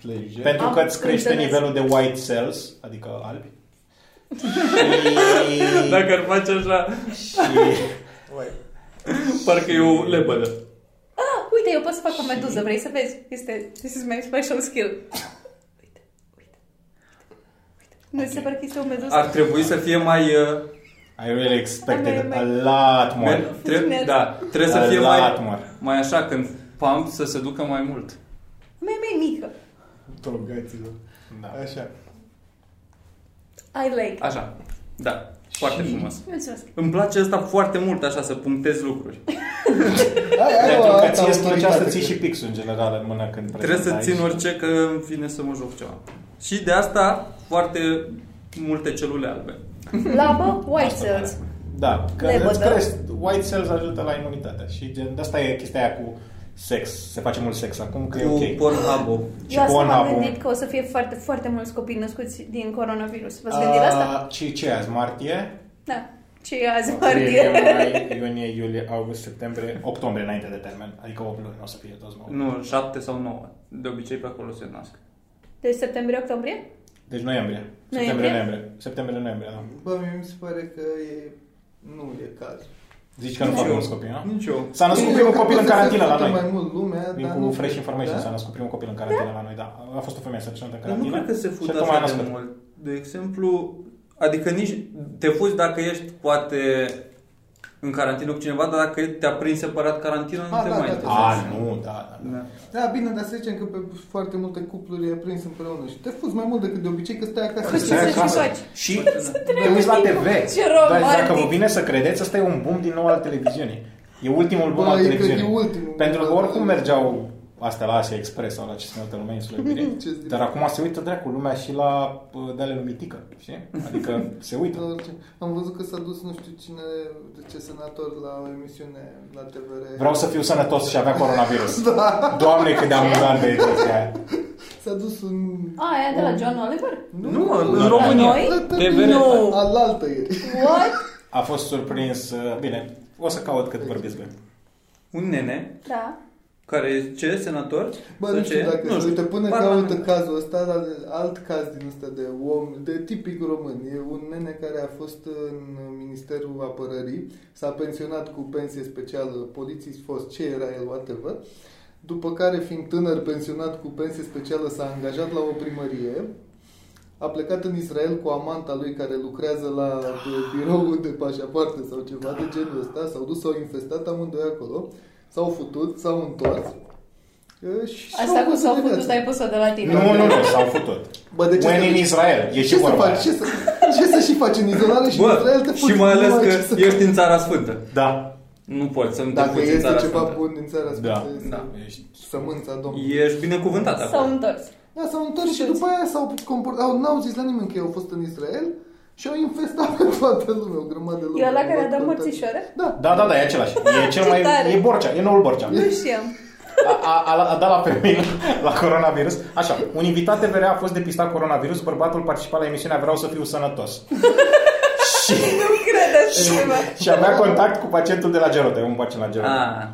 Lege. Pentru Am că îți crește înțeles. nivelul de white cells, adică albi. Și... Dacă ar face așa, <laughs> și... Uai. parcă e o lebădă. Ah, uite, eu pot să fac o meduză, vrei să vezi? Este, this is my special skill. Uite, uite, uite. Nu ți se pare că este o meduză? Ar trebui să fie mai... uh, I really expected Mai- a lot mer- more. tre- da, trebuie A să fie lot mai, more. mai așa, când pump să se ducă mai mult. Mai, mai mică. Drogaților. Da. Așa. I like. Așa, da, foarte frumos. Mulțumesc. Îmi place asta foarte mult, așa, să punctez lucruri. Păi Ai, ai o Pentru că altă ție îți plăcea să autoritate. ții și pixul în general în mână când Trebuie să prezentai. țin orice că îmi vine să mă joc ceva. Și de asta foarte multe celule albe. Labă, white Asta cells. pare. Da, că Lebădă. îți crezi, white cells ajută la imunitate și gen, de asta e chestia aia cu sex, se face mult sex acum, că e Cu ok. Pornhub-ul. Și Eu asta m-am Pornhub-ul. gândit că o să fie foarte, foarte mulți copii născuți din coronavirus. V-ați gândit la asta? A, Și Ah, ce e azi, martie? Da. Ce e azi, Aprilie, martie? mai, iunie, iulie, august, septembrie, octombrie înainte de termen, adică 8 luni o să fie toți nouă. Nu, șapte sau nouă. De obicei pe acolo se nasc. Deci septembrie, octombrie? Deci noiembrie. Noiembrie? Septembrie, noiembrie. Septembrie, noiembrie, da. Bă, mie mi se pare că e... Nu e cazul. Zici că nu fac mulți copii, nu? Nici eu. S-a născut primul copil în carantină la Mai noi. mult lumea, Din dar cu nu- Fresh Information Da? s-a născut primul copil în carantină la noi, da. A fost o femeie sărcinată în Dar nu carantină. cred că se fut și tocmai a așa de născut. mult. De exemplu, adică nici te fuzi dacă ești poate în carantină cu cineva, dar dacă te-a prins separat carantină, nu Ah, te da, mai da, da. interesează. A, nu, da, da. da. Păi Da. Da, bine, dar să zicem că pe foarte multe cupluri e prins împreună și te fuzi mai mult decât de obicei că stai acasă. Că Stai ce să-și acasă. faci? Și te trebuie uiți la să fii- TV. Ce Da, dacă romantic. vă vine să credeți, ăsta e un boom din nou al televiziunii. E ultimul boom Bă, al Da, e, cred că televiziunii. e ultimul. Pentru că oricum mergeau astea la Asia Express sau la ce se numește lumea <laughs> insulă Iubirea. Ce zici? Dar acum se uită dracu lumea și la uh, de ale lui Mitică, știi? <laughs> Adică se Da, uită. orice. Am văzut că s-a dus nu știu cine, de ce senator la o emisiune la TVR. Vreau <laughs> să fiu sănătos și avea coronavirus. Da. Doamne, cât de amuzant de ediția aia. S-a dus un... A, Ah, aia de la John Oliver? Nu, mă, La în România. noi? TVR. Nu! Alaltă ieri. What? A fost surprins. uh, Bine, o să caut cât vorbiți voi. Un nene Da. care e ce? Senator? Bă, Sau nu știu ce? dacă... Nu știu. Uite, până Parlament. caută cazul ăsta, dar alt caz din ăsta de om, de tipic român. E un nene care a fost în Ministerul Apărării, s-a pensionat cu pensie specială, polițist fost, ce era el, whatever. După care, fiind tânăr pensionat cu pensie specială, s-a angajat la o primărie, a plecat în Israel cu amanta lui care lucrează la de, biroul de pașapoarte sau ceva de genul ăsta, s-au dus, s-au infestat amândoi acolo, s-au futut, s-au întors. e, și Asta și-au cu s-au de putut, viață. ai pus-o de la Păi, tine. Nu, nu, da. nu, s-au futut. Bă, de ce When să in duci? Israel, e Ce, și să vorba. faci? Ce să, ce să și faci în izolare și în Israel te Bă, fuți și mai ales numai ce să- că ești în Țara Sfântă. Da. Nu poți să nu te Dacă fuți în este Țara ceva Sfântă. bun din țara Da. Sfântă, Da. Ești- sămânța Domnului. Ești binecuvântat S-au acolo. întors. Da, s-au întors și după aia s-au comportat, au, n-au zis la nimeni că eu au fost în Israel și au infestat pe toată lumea, o grămadă de lume. E ăla care a dat Au mărțișoare? Da. Da, da, da, e același. E <laughs> cel Ce mai... tare. E Borcea, e noul Borcea. Nu știam. A, a, a, a dat la femei <laughs> la coronavirus. Așa, un invitat TVR a fost depistat coronavirus, bărbatul participa la emisiunea Vreau să fiu sănătos. și, Cred așa ceva. și avea contact cu pacientul de la Gerode, un pacient la Gerode. Ah,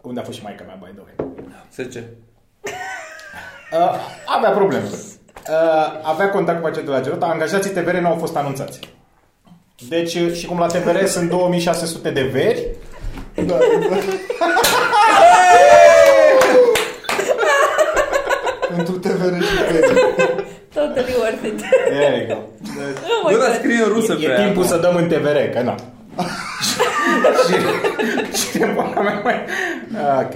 Unde a fost și maica mea, by the way. se ce? Uh, avea probleme. Uh, avea contact cu pacientul de la Gerode, angajații TVR nu au fost anunțați. Deci, uh, și cum la TVR sunt 2600 de veri, Da, da. <laughs> Pentru TVR și TV. Totally worth it. <laughs> there you go. Oh my Bă, dar God. scrie în rusă pe E aia. timpul să dăm în TVR, că na. și, <laughs> și, și pula mea mai... Ok.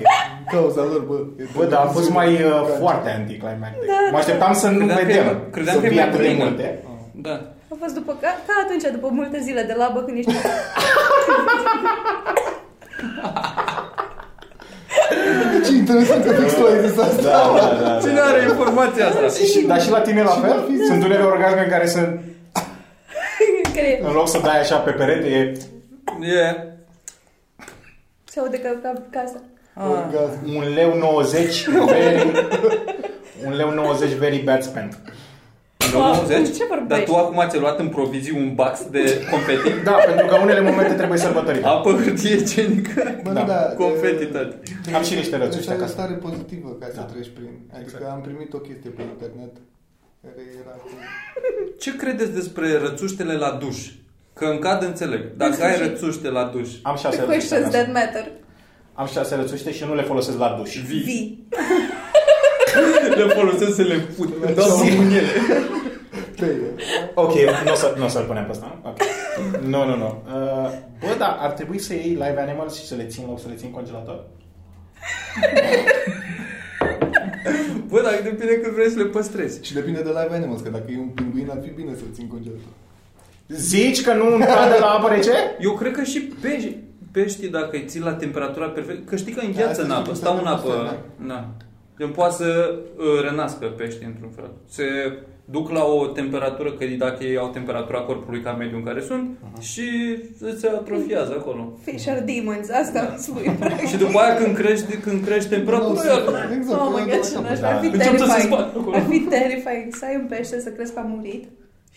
Cauza lor, bă. e Bă, dar a fost mai uh, Da. foarte anticlimactic. Da, Mă așteptam să nu Credeam că e- vedem, credeam să că e fie mai atât de plină. multe. Da. A fost după, ca, ca atunci, după multe zile de labă, când ești... <laughs> Ce interesant că fix tu ai zis asta. Da, da, da. Cine are informația <laughs> asta? Și, dar și la tine la fel? Sunt unele orgasme în care sunt, care e- în loc să dai așa pe perete, e E... se aude ca, ca, ca asta. Orgasm. un leu 90 very, un leu 90 very bad spent. Wow, 90? ce vorbești? Dar tu acum ți-ai luat în provizii un bax de confeti? Da, pentru că unele momente trebuie sărbătorite. Apă, hârtie cenică, Bă, Da. da, confeti de- tot. Am și niște rățuri Deci ăștia ai o acasă. stare pozitivă ca să Da. treci prin. Adică Exact. am primit o chestie pe internet care era cu... Ce credeți despre rățuștele la duș? Că în cad înțeleg. Dacă ai rățuște la duș, Am șase The rățuște questions acasă. that matter. Am șase rățuște și nu le folosesc la duș. vii. Vi. Le folosesc să le put. Îmi dau Zi. cu ele. Tăie. Ok, nu o să, nu o să-l punem pe ăsta, nu? Ok. Nu, nu, nu. Uh, Bă, dar ar trebui să iei live animals și să le țin loc, să le țin în congelator. Bă, dacă depinde cât vrei să le păstrezi. Și depinde de live animals, că dacă e un pinguin ar fi bine să-l țin congelator. Zici că nu un cad de la apă rece? Eu cred că și pești, peștii, dacă îi ții la temperatura perfectă, că știi că îngheață asta Da, în și apă, cum stau se în întâmplă, apă. Da. Gen, poate să uh, renască peștii într-un fel. Se duc la o temperatură, că dacă ei au temperatura corpului ca mediu în care sunt, și se atrofiază acolo. Fish are demons. Asta îmi spui. Păi, Și după aia când crește, când crește temperatura, iar- Exact. Oh my eu god, am ce dat Da. nașpa. Ar fi Încep să se terrifying. spargă acolo. Ar fi terrifying să ai un pește să crezi că a murit.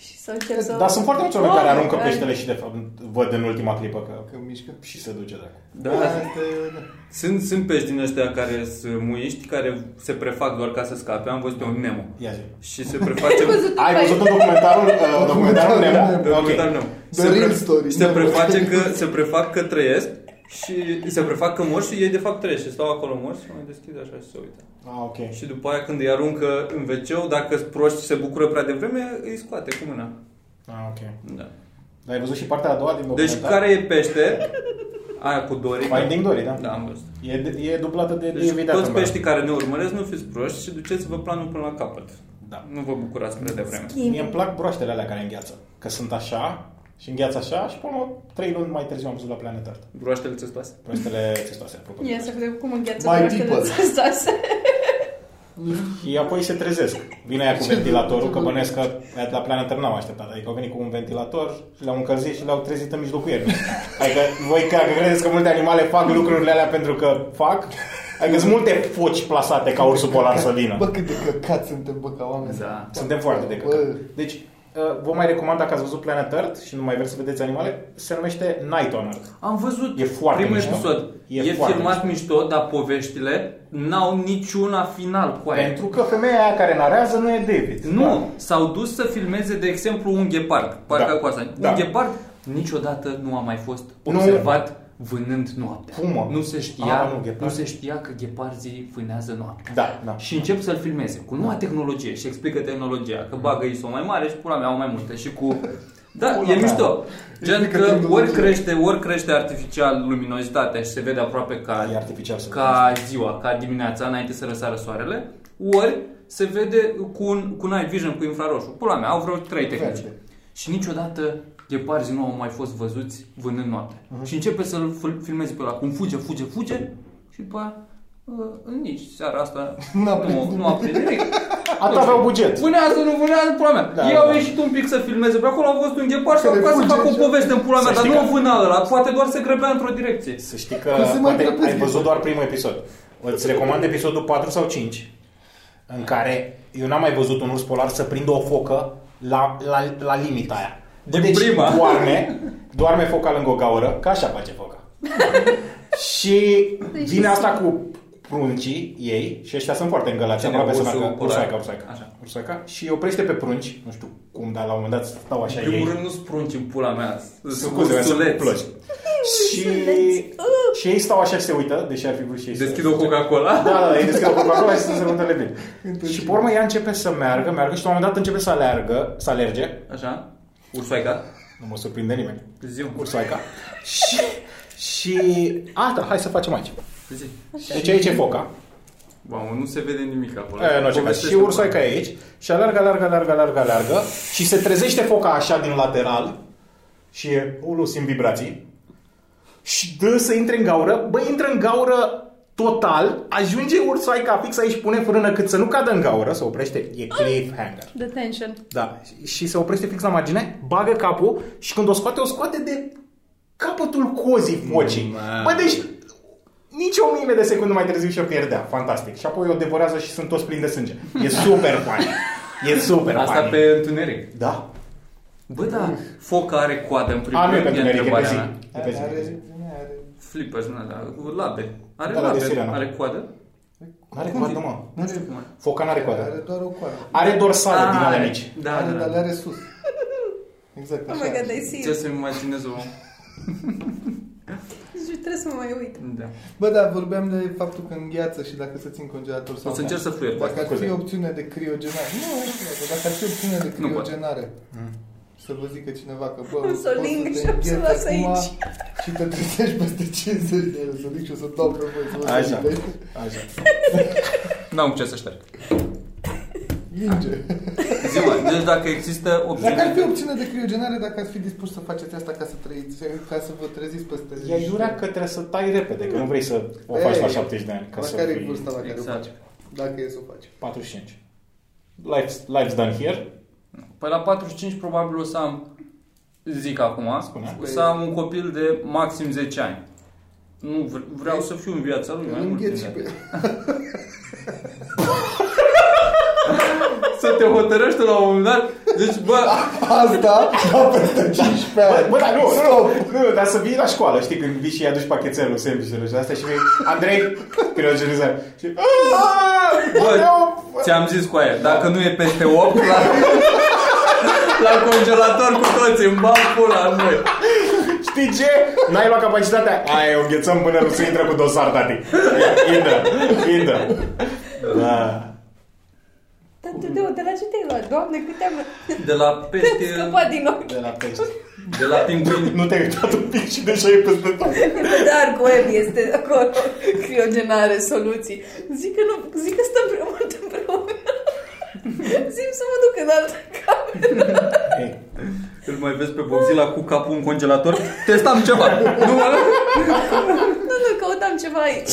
Și să încerci să... Dar sunt foarte mulți oameni care Oh, aruncă ai- peștele și de fapt văd în ultima clipă că Că mișcă. și se duce dracu. Da, Asta e, da. Sunt, sunt pești din ăștia care sunt muiști, care se prefac doar ca să scape. Am văzut eu un Nemo. Ia zi. Și se Ai preface... <laughs> văzut Ai pe- văzut un <laughs> documentarul, uh, documentarul Nemo? Ok. Ok. Nemo. The real story, se Nemo. preface că, se prefac că trăiesc și se prefac că mor și ei de fapt trăiesc și stau acolo mor și mai deschid așa și se uită. Ah, ok. Și după aia când îi aruncă în wc dacă sunt proști și se bucură prea devreme, îi scoate cu mâna. Ah, ok. Da. Dar ai văzut și partea a doua din Deci documentar? care e pește? Aia cu Dori. Finding Dory, da? Da, am văzut. E, e dublată de Deci David toți Attenborough. peștii care ne urmăresc, nu fiți proști și duceți-vă planul până la capăt. Da. Nu vă bucurați prea devreme. Mie îmi plac broaștele alea care îngheață. Că sunt așa și îngheață așa și până la trei luni mai târziu am văzut la Planet Earth. Broaștele țestoase? Proastele testoase, apropo. Ia să vedem cum îngheață My broaștele people. <laughs> țestoase. Și apoi se trezesc. Vine aia cu ventilatorul, că bănesc că aia de la planetă n-au așteptat. Adică au venit cu un ventilator și l-au încălzit și l-au trezit în mijlocul iernii. Adică voi că credeți că multe animale fac lucrurile alea pentru că fac? Adică sunt multe foci plasate ca ursul polar să vină. Bă, cât de căcat suntem, bă, ca oameni. Da. Suntem foarte de căcat. Deci, uh, vă mai recomand dacă ați văzut Planet Earth și nu mai vreți să vedeți animale, se numește Night on Earth. Am văzut E foarte primul mișto. episod. E E, e foarte filmat mișto. dar poveștile n-au niciuna final cu aia. Pentru că femeia aia care narează nu e David. Păi. Nu, s-au dus să filmeze, de exemplu, un ghepard. Parcă Da. da. cu asta. Da. Un ghepard niciodată nu a mai fost Nu. observat vânând noaptea. Pumă. Nu se știa, Ah, nu, nu, ghepard. nu se știa că gheparzii vânează noaptea. Da, da. Și încep să-l filmeze cu noua tehnologie și explică tehnologia, Da. că bagă ISO mai mare și pula mea au mai multe și cu... Da, Pula e mea. mișto. Gen Explică că tehnologia. ori crește, ori crește artificial luminozitatea și se vede aproape ca E artificial să ca ziua, ca dimineața, înainte să răsară soarele, ori se vede cu, un, cu night vision, cu infraroșu. Pula mea, au vreo trei tehnici. Verde. Și niciodată gheparzii nu au mai fost văzuți vânând noapte. Mhm. Uh-huh. Și începe să-l fil- filmeze pe ăla, cum fuge, fuge, fuge și după aia, uh, nici seara <laughs> asta N-a prins nu, nu a prins nimic. Atât aveau buget. Vânează, nu vânează, pula mea. Da, Da, Ei au da. ieșit un pic să filmeze pe acolo, au văzut un ghepar și au Care apucat să fuge facă și- o poveste în pula mea, Să dar știi nu că- o vâna ăla, poate doar se grăbea într-o direcție. Să știi că Că se mai poate grăbesc ai văzut niște. doar primul episod. Îți recomand episodul 4 sau 5, în care eu n-am mai văzut un urs polar să prindă o focă la, la, la limita aia. Deci Din prima. <laughs> doarme, doarme foca lângă o gaură, ca așa face <laughs> foca. și Deci vine asta cu pruncii ei, și ăștia sunt foarte îngălați, Cine? aproape să Ursul facă polar? ursaica, ursaica, Așa. ursaica, și îi oprește pe prunci, nu știu cum, dar la un moment dat stau așa În primul ei. rând nu sprunci în pula mea. Scuze, să ursuleți. plăci. Și, și ei stau așa și se uită, deși ar fi vrut și ei să- Deschid o Coca-Cola. Da, da, ei deschid o Coca-Cola și să se mântăle bine. Și pe urmă ea începe să meargă, meargă și la un moment dat începe să aleargă, să alerge. Așa. Ursoaica. Nu mă surprinde nimeni. Zi, Ursoaica. <laughs> Și, și asta, hai să facem aici. zi. Deci aici e foca. Mamă, nu se vede nimic acolo. E, în orice caz. Și Povestește-mi. ursoaica e aici și alergă, alergă, alergă, alergă, alergă și se trezește foca așa din lateral și e ulu, simt vibrații și dă să intre în gaură. Bă, intră în gaură total, ajunge ursoaica fix aici, pune frână cât să nu cadă în gaură, se oprește, e cliffhanger. The tension. Da, și se oprește fix la margine, bagă capul și când o scoate, o scoate de capătul cozii focii. Ma. Bă, deci nici o mime de secundă mai târziu și o pierdea. Fantastic. Și apoi o devorează și sunt toți plini de sânge. E super funny. E super Asta funny. pe întuneric. Da. Bă, da, foca are coadă în primul A, nu e rând. pe întuneric, e pe întrebarea zi. mea. E pe zi. Are, pe zi. are, Flippers, nu, da, cu labe. Are Da, da, de labe, sirena. are coadă. N-are coadă, mă. Nu știu cum are. Foca n-are are coadă. doar o coadă. Are dorsale din ale Are. mici. Da, are, da, dar le da. are <laughs> sus. Exact Oh așa. my god, I see Ce it. să-mi imaginez o... Deci Trebuie să mă mai uit. Da. Bă, da, vorbeam de faptul că îngheață și dacă să țin congelator sau O să încerc să fluier. Dacă ar Scuze. fi opțiune de criogenare. Nu, nu știu, dacă ar fi opțiune de Nu Mm. pot. criogenare. Să vă zică cineva că, bă, Un poți <laughs> să soling te și am să-l las îngheți acum aici. Și te trezești peste 50 de ani, să zic și o să dau pe voi. Să vă Așa. gândești. Așa. N-am ce să șterg. Minge. Zi, mă, deci dacă există Dacă ar fi opțiune... opțiune de criogenare, dacă ați fi dispus să faceți asta ca să trăiți, ca să vă treziți peste... Ea iurea că trebuie să tai repede, că nu vrei să o faci la 70 de ani. Ca la să care e fii- vârsta la care o Exact. faci? Dacă e să o faci. 45. Life's, life's done here. Păi la 45 probabil o să am, zic acum, Spune. o să am un copil de maxim 10 ani. Nu, vre- vreau să fiu în viața lui. mai Îl mult din îngheți și el. pe... da. Să te hotărăști la un moment dat. Deci, bă, Asta, da, peste 15 ani. Bă, dar nu, Stop! nu, nu, dar să vii la școală, știi, când vii și aduci pachetelul, sandvișelul și astea și vii, Andrei, criogenizare. Și, "Aaa, bă, vreau- ți-am zis cu aia, dacă nu e peste 8, la, <laughs> la congelator cu toți, îmi bag pula în noi. Știi ce? N-ai luat capacitatea? Aia, o ghețăm până nu se intră cu dosar, tati. Intră, intră. Da. Dar tu de, de la ce te-ai luat? Doamne, câte am... De la Te-am pește, scăpat din ochi. <laughs> De la pești. de la pinguini. Nu te-ai uitat un pic și deja e peste tot. Pe dark web este acolo. Criogenare, soluții. Zic că, nu, zic că stăm prea mult împreună. Zim să mă duc în altă cameră. Ei, Îl mai vezi pe Boxila cu capul în congelator? Testam ceva. Nu mă... Nu, nu, am ceva aici.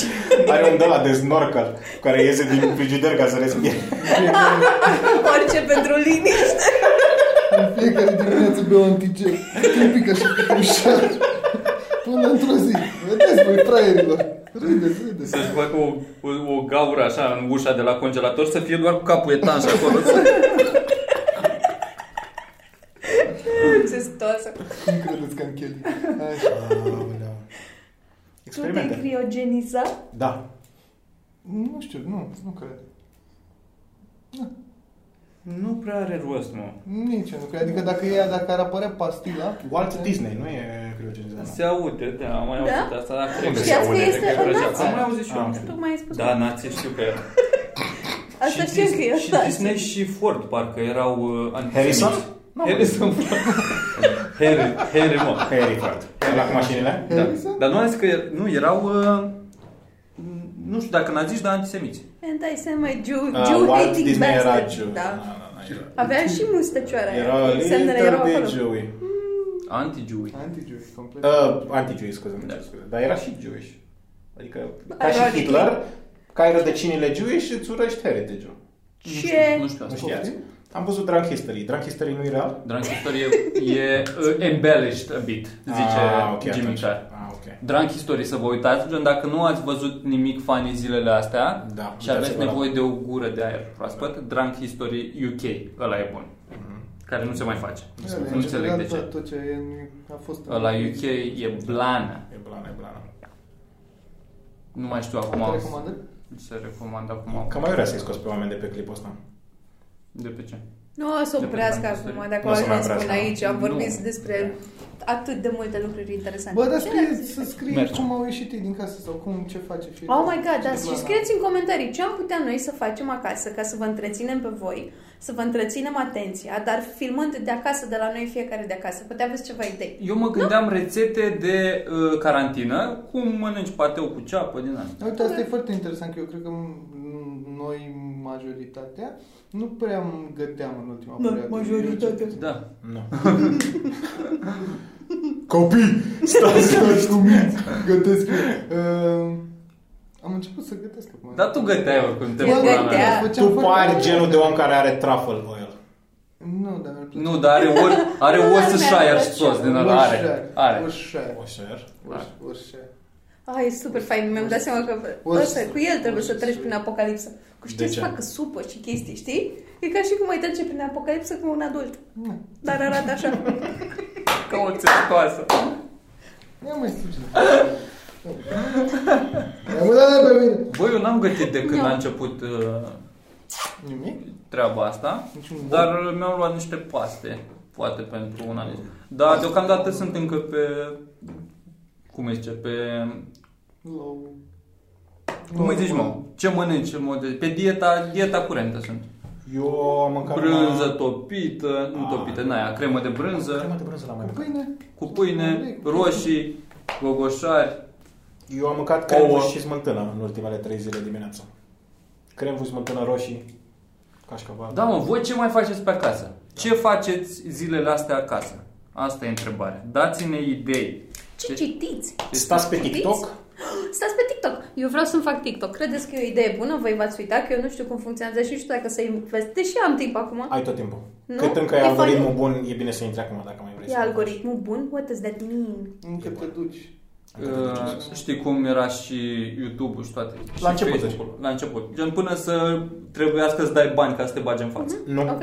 Are un de la de snorkel care iese din frigider ca să respire. Orice pentru liniște. În Păi, fiecare dimineață beau antigen. Un pic așa câte un șar. Până într-o zi. Vedeți voi, fraierilor. Râdeți, râdeți. Să-și facă o, o, o gaură așa în ușa de la congelator să fie doar cu capul etanș acolo. Să... Testoasă. Cum credeți că am Kelly? Așa. Tu te Experimente. criogeniza? Da. Nu știu, nu, nu cred. Nu prea are rost, mă. Nici eu nu cred. Adică dacă ea, dacă ar apărea pastila... Walt Disney, nu e criogenizat. Se aude, da, am mai Da? auzit asta. dar cred Unde că- se Știați că aude? este Cred că o e plăcea. nație. Am mai auzit și eu. Ah. Tocmai ai spus. Da, nație știu că <laughs> era. Asta Și știu că Dis- e Și asta. Disney și Ford, parcă erau uh, antisemiți. Harrison? Harrison Harry, Harry, mă. Harry Ford. La cu mașinile? Da. Harrison? Dar nu am zis că er- nu, erau... uh, Nu știu dacă naziști, dar antisemiți. And I said my Jew, Ah, Jew Walt hating Disney era bastard. Jew. Da. Na, na, na, era- Avea și mustăcioara aia. Era Semnele little erau bit acolo. Jewy. Anti-Jewish. Antigen, complet. Uh, anti-Jewish, scuze, mă Da. cer scuze. Dar era și Jewish. Adică, ca Ironic. și Hitler, ca ai rădăcinile Jewish, îți urăști heritage-ul. Ce? Nu știu Nu asta. știați? Am văzut Drunk History. Drunk History nu e real? Drunk History e, e uh, embellished a bit, zice Ah, ok, Jimmy atunci. Carr. Ah, ok. Drunk History să vă uitați, gen dacă nu ați văzut nimic funny zilele astea Da, și aveți uitați-vă la- nevoie de o gură de aer proaspăt, Drunk History UK, ăla e bun, Mhm. care nu se mai face. Nu înțeleg de ce. Tot ce e, în- a fost... în- Ăla UK e blană, E blană, e blană. nu mai știu acum, Te recomandă? se recomand acum. Cam mai urea să-i scos pe oameni de pe clipul ăsta. De pe ce? Nu o să De oprească pe acum, Bangladesh. de Nu o acolo să mai ne spun oprească, aici. Am nu. vorbit despre atât de multe lucruri interesante. Bă, dar Ce scrie, ați zis? să scrie Merge. cum au ieșit ei din casă sau cum, ce face fiecare. Oh my god, da, Ce și plan scrieți în comentarii ce am putea noi să facem acasă ca să vă întreținem pe voi, să vă întreținem atenția, dar filmând de acasă, de la noi fiecare de acasă. Poate aveți ceva idei. Eu mă gândeam rețete de uh, carantină, cum mănânci pateu cu ceapă din asta. are. Da, Uite, asta e Păi- foarte interesant, că eu cred că m- noi, majoritatea, nu prea am găteam în Da, ultima perioadă. majoritatea. Da. <laughs> Nu. Copii! Stați! <laughs> Stați cu mine, gătesc. Uh, am început să gătesc acum. Dar tu găteai oricum, te Eu pula mea. găteam. Tu pari pari genul de om care are truffle oil. Nu, dar mi-ar plăcea. Nu, dar are, or, are Nu, mi-ar Worcestershire plăcea. sos din ăla, are. Are. Worcestershire. Oșer. Worcestershire. Worcestershire. Ah, e super fain, mi-am dat seama că Urs- ăsta, cu el trebuie să urs- treci prin apocalipsă. Cu De știi să ce? facă supă și chestii, știi? E ca și cum ai trece prin apocalipsă cu un adult. Dar arată așa. Ca o țescoasă. Ia mai știu ce. Ia mă dai pe mine. Băi, eu n-am gătit de când Nu. a început uh, Nimic? treaba asta, Niciun bun. dar mi-am luat niște paste, poate pentru un an. Dar deocamdată sunt încă pe, cum îi zice, pe, Low. cum îi zici, mă, ce mănânci în mod de, pe dieta, dieta curentă sunt. Eu am mâncat... Brânză topită, nu topită, n aia, cremă de brânză, Crema de brânză la mai Cu mâncat. pâine. cu pâine, roșii, gogoșari, Eu am mâncat Ouă. cremvus și smântână în ultimele trei zile dimineața. Cremvus, smântână roșii, cașcaval. Da, mă, voi ce mai faceți pe acasă? Ce faceți zilele astea acasă? Asta e întrebarea. Dați-ne idei. Ce citiți? Stați pe TikTok? Stați pe TikTok. Eu vreau să-mi fac TikTok. Credeți că e o idee bună? Voi v-ați uitat că eu nu știu cum funcționează și nu știu dacă să investesc. și am timp acum. Ai tot timpul. Nu? Cât încă E e fain. algoritmul bun, e bine să intri acum dacă mai vrei E să algoritmul bun? What does that mean? Încă te duci. Uh, știi cum era și YouTube-ul și toate? și început. Facebook-ul. La început. Gen până să trebuiască să dai bani ca să te bagi în față. Nu. Ok.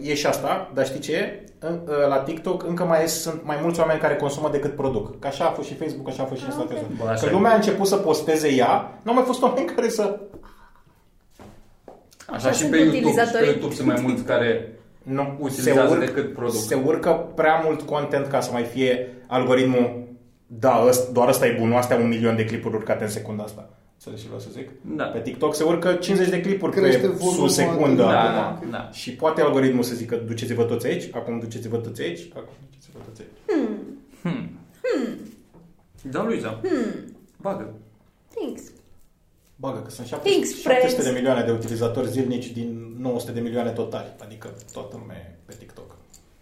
E și asta, dar știi ce e? În- ă, La TikTok încă mai sunt mai mulți oameni care consumă decât produc. Că așa a fost și Facebook, așa a fost și Ah, Instagram. Bă, așa Că e. lumea a început să posteze ea, nu au mai fost oameni care să... Așa și sunt pe YouTube. Și pe utilizatorii. YouTube sunt mai mulți care... Nu, Utilizează se urc- decât produc. Se urcă prea mult content ca să mai fie algoritmul da, ăsta, doar ăsta e bunul, astea un milion de clipuri urcate în secunda asta. Înțelegi ce vreau să zic? Da. Pe TikTok se urcă 50 de clipuri Crește pe sub volumul secundă atât. Da, acum. da, da. Și poate algoritmul să zică duceți-vă toți aici, acum duceți-vă toți aici, acum duceți-vă toți aici. Da, Luiza. Hmm. Bagă. Thanks. Bagă că sunt Thanks, 700, friends. 700 de milioane de utilizatori zilnici din 900 de milioane totali, adică toată lumea e pe TikTok.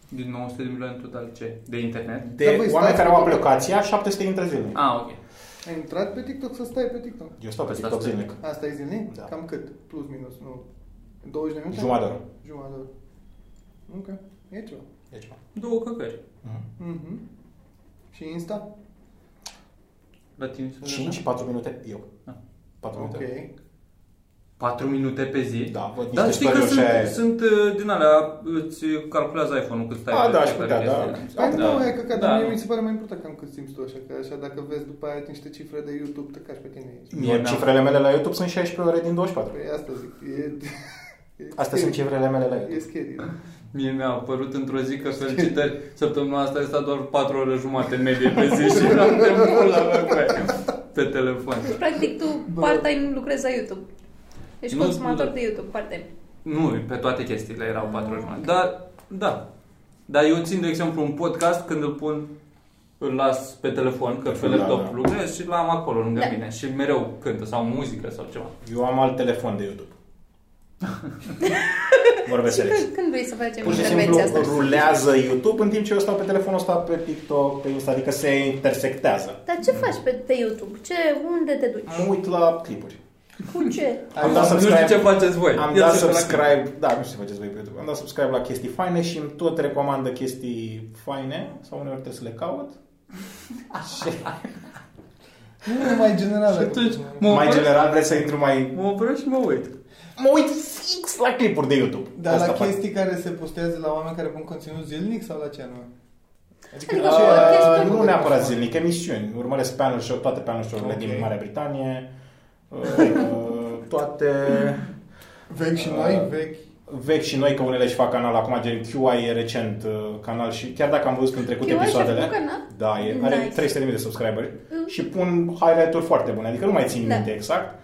Din 900 de milioane total ce? De internet? De Dar voi stați oameni care pe au TikTok? aplicația, 700 intră zilnic. Ah, ok. Ai intrat pe TikTok să stai pe TikTok? Eu stau pe Asta TikTok stai. zilnic. Asta e zilnic? Da. Cam cât? Plus, minus, nu. 20 de minute? Jumătate de oră. Jumătate de oră. Ok. E ceva. Deci, mă. Două căcări. Mhm. Și Insta? La tine să 5, 4 minute, eu. Ah. 4 Ok. minute. 4 minute pe zi? Da, văd niște Dar știi că story-uri sunt, și aia e. sunt uh, din alea, îți calculează iPhone-ul cât stai A, pe da, aș pe putea, care da. este. Păi nu, e că, că Da. da. mie mi se pare mai important cam cât simți tu așa, că așa dacă vezi după aia niște cifre de YouTube, te cași pe tine aici. Mie Mie mi-am- cifrele mele la YouTube sunt 16 ore din 24. Păi asta zic, e... e Astea scary. sunt cifrele mele la E YouTube. scary, da. Mie mi-a apărut într-o zi că felicitări, săptămâna asta este doar 4 ore jumate medie pe zi și eram de pula mea cu aia, pe telefon. Da. Deci, practic, tu part-time lucrezi la YouTube. Ești Nu, consumator nu, da. de YouTube, part-time. Nu, pe toate chestiile erau 4 ore jumate. Dar, da. Dar eu țin, de exemplu, un podcast când îl pun îl las pe telefon, că pe Da, laptop da. lucrez și l-am acolo lângă Da. mine și mereu cântă sau muzică sau ceva. Eu am alt telefon de <laughs> YouTube. Vorbesc Și serios. când, când vrei să facem Pur și simplu intervenția asta? rulează YouTube în timp ce eu stau pe telefonul ăsta pe TikTok, pe Insta, adică se intersectează. Dar ce faci pe, pe YouTube? Ce, unde te duci? Mă uit la clipuri. Cu ce? Am dat nu știu subscribe, ce faceți voi. am Ia dat să vă la- subscribe, da, nu știu ce faceți voi pe YouTube, am dat subscribe la chestii faine și îmi tot recomandă chestii faine sau uneori trebuie să le caut. Nu e mai general. Și atunci acum. mă mai opresc, general vreți să intru mai... mă opresc și mă uit. Mă uit fix la clipuri de YouTube. Dar Da, la fac. chestii care se postează la oameni care pun conținut zilnic sau la ce anume? Adică Uh, și podcast nu neapărat zilnic, emisiuni. Urmăresc pe anul show, toate pe anul show-urile Ok. din Marea Britanie. <laughs> Uh, toate Vechi și noi, vechi. vechi și noi, că unele își fac canal acum, gen QI e recent uh, canal și chiar dacă am văzut în trecut QI și-a episoadele, făcut canal? da, e, are Nice. 300.000 de subscriberi și pun highlight-uri foarte bune, adică nu mai țin Da. minte exact,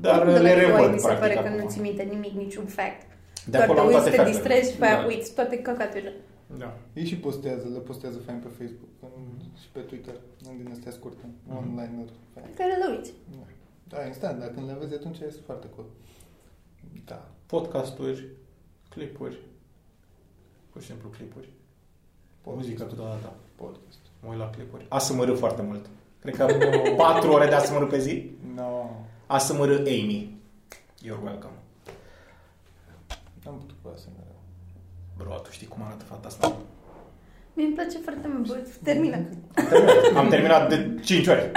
dar Oricum, de le la QI Mi revăd se pare practic că acum. nu ți minte nimic, niciun fact. De Doar acolo te am uiți, toate te factele. distrezi și pe aia Da. uiți toate căcaturile. Da. Ei și postează, le postează fain pe Facebook în, și pe Twitter, în din astea scurte, online-uri. fain. Pe care le uiți. Da. Da, instant, dar când le vezi atunci este foarte cool. Da. Podcasturi, clipuri, pur și simplu clipuri. Muzică câteodată. Podcast. Mă uit la clipuri. ASMR foarte mult. Cred că am 4 ore de ASMR pe zi. No. ASMR Amy. You're welcome. N-am putut cu asta mereu. Bro, tu știi cum arată fata asta? Mie îmi place foarte mult. Bă, Termină. Am terminat de 5 ore.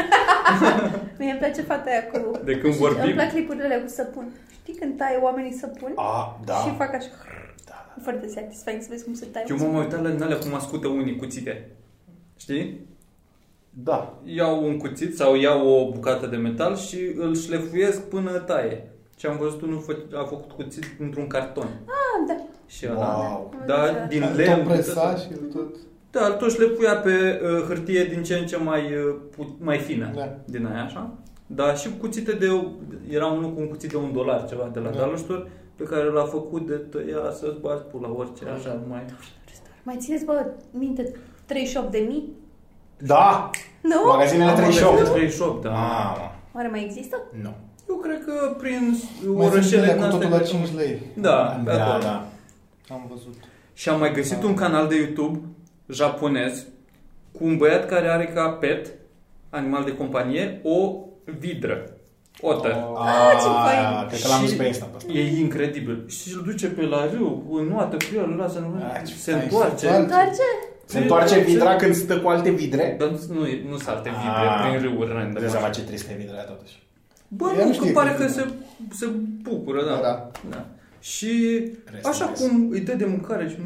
Mie îmi place fata aia cu... De când Îmi vorbim, plac clipurile alea cu săpun. Știi când taie oamenii săpun? A, da. Și fac așa. Da, da. E Foarte satisfying să vezi cum se taie. eu m-am uitat la din alea cum ascută unii cuțite. Știi? Da. iau un cuțit sau iau o bucată de metal și îl șlefuiesc până taie. Și am văzut unul fă- a făcut cuțit într-un carton. Ah, da. Și ăla, Wow. da, din Îl lemn. tot presa și îl tot... Da, îl tot șlefuia pe uh, hârtie din ce în ce mai, uh, pu- mai fină. Da. Din aia așa. Da, și cuțite de... Era unul cu un cuțit de un dolar ceva de la Da. da. pe care l-a făcut de tăia să-ți bagi pula, orice așa, numai... Mai țineți, bă, minte 38 de mii? Da! Nu? Magazinele 38. 38, da. Mamă. Oare mai există? Ah, Nu. Eu cred că prin Mai sunt orășele ele din cu totul astea- la 5 lei. Da, pe Da, acolo. da. Am văzut. Și am mai găsit un canal de YouTube japonez cu un băiat care are ca pet, animal de companie, o vidră. Otă. A, Ah, ce fain. Ah, Cred că l-am dus Și pe Insta pe ăsta. E incredibil. Și îl duce pe la râu, în noată cu el, îl lasă în Ah, ce se fain, întoarce. fain. Doar ce? Se întoarce vidra când stă cu alte vidre. Dar nu- nu, e- nu salte vidre Ah. prin râuri Îmi random. dă seama ce triste e vidra totuși. Bă, Ea nu nu, știe că pare cum că se se, se bucură, da. Da. da. Și Rest așa în rest. cum îi dă de mâncare și nu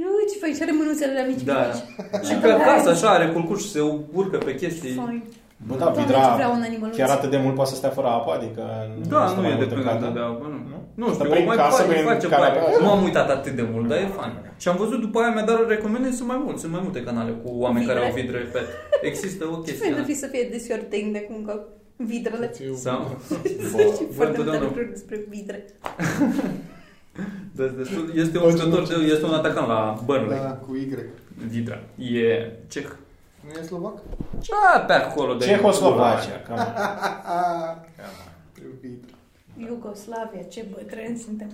Nu, ce faci? Are mânuțele la mici Da. mici. Și pe acasă așa are culcuș și se urcă pe chestii. Fine. Bă, da, Doamne, ce vrea un vidra animăluț. chiar atât de mult poate să stea fără apă, adică... Da, stă nu mai e mult în dependentă cadă. de apă, nu. Nu, Stă știu, prin prin mai casă, casă, prin prin face canapea. parte. Nu am uitat atât de mult, dar e fan. Și am văzut după aia mi-a dat o recomandare, sunt mai mulți, sunt mai multe canale cu oameni care au vidre pe Există o Ce fain ar fi să chestie. fie desiorting de cum că vidrele. Sau? Să <laughs> știi foarte Bă, multe întotdeauna. lucruri despre vidre. Da, destul- Este un jucător, de, este un atacant la Burnley. Da, cu Y. Vidra. E ceh. Nu e slovac? A, pe acolo da, de... Cehoslovacia, cam. Iubit. Iugoslavia, ce bătrâni suntem.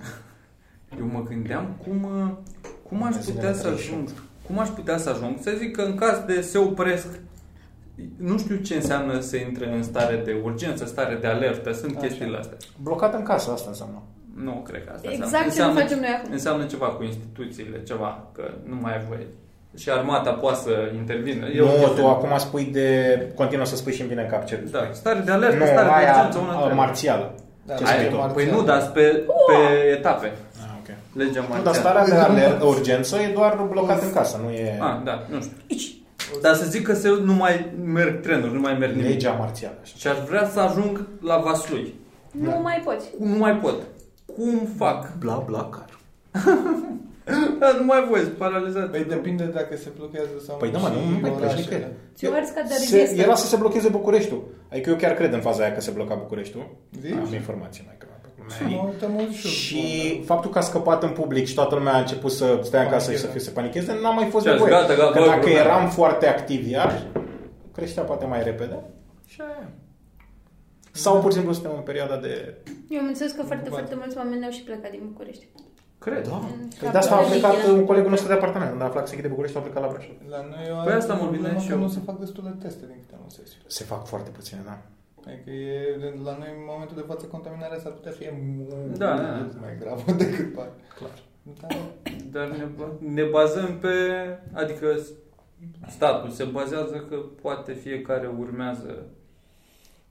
Eu mă gândeam cum, uh, cum aș Magazinele putea să 38. ajung. Cum aș putea să ajung? Să zic că în caz de se opresc nu știu ce înseamnă să intre în stare de urgență, stare de alertă, sunt Așa. chestiile astea. Blocat în casă, asta înseamnă. Nu cred că asta Exact ce nu da, înseamnă. facem noi acum. Înseamnă ceva cu instituțiile, ceva, că nu mai ai voie. Și armata poate să intervină. E o Nu, chestie- tu acum spui de... Continuă să spui și îmi vine în cap ce spui. Da, stare de alertă, Nu, stare de aia urgență, una a, trebuie. marțială. Da, Ce aia spui e tu? mar- Păi nu, dar pe, pe etape. Ah, ok. Legea Nu, dar marțială. starea de alertă, urgență, e doar blocat în casă, nu e Ah, da, nu știu. Dar să zic că se, nu mai merg trenuri, nu mai merg nimic. legea marțială. așa. Și aș vrea să ajung la Vaslui. Da. Nu mai poți. Nu mai pot. Cum fac? Bla, bla, car. Da, nu mai voi, sunt paralizat. Păi depinde dacă se blochează sau Păi da, mă, nu, și nu mai pleci orașele. nicăieri. Ți-o arzi ca de Se- revistă. Era să se blocheze Bucureștiul. Adică eu chiar cred în faza aia că se bloca Bucureștiul. Zici? Am informații mai că Mă uitam mult Și faptul că a scăpat în public și toată lumea a început să stea în casă și să fie să panicheze, n-a mai fost Și a zis, nevoie. gata, gata, Că gata, dacă gata. eram foarte activ iar, creștea poate mai repede și aia. Sau pur și simplu suntem în perioada de... Eu am înțeles că foarte, foarte mulți oameni au și plecat din București. Cred. Da. Păi de asta a plecat da. un colegul nostru de apartament. Când a aflat că se închide București, a plecat la Brașov. La noi o Păi asta mă gândeam problemă și că eu. Nu se fac destule teste din câte am înțeles. eu. Se fac foarte puține, da. Adică e, la noi în momentul de față contaminarea s-ar putea fi mult Da, da. mai gravă <laughs> decât pare. Clar. Da. Dar ne, ba- ne bazăm pe... Adică s- statul se bazează că poate fiecare urmează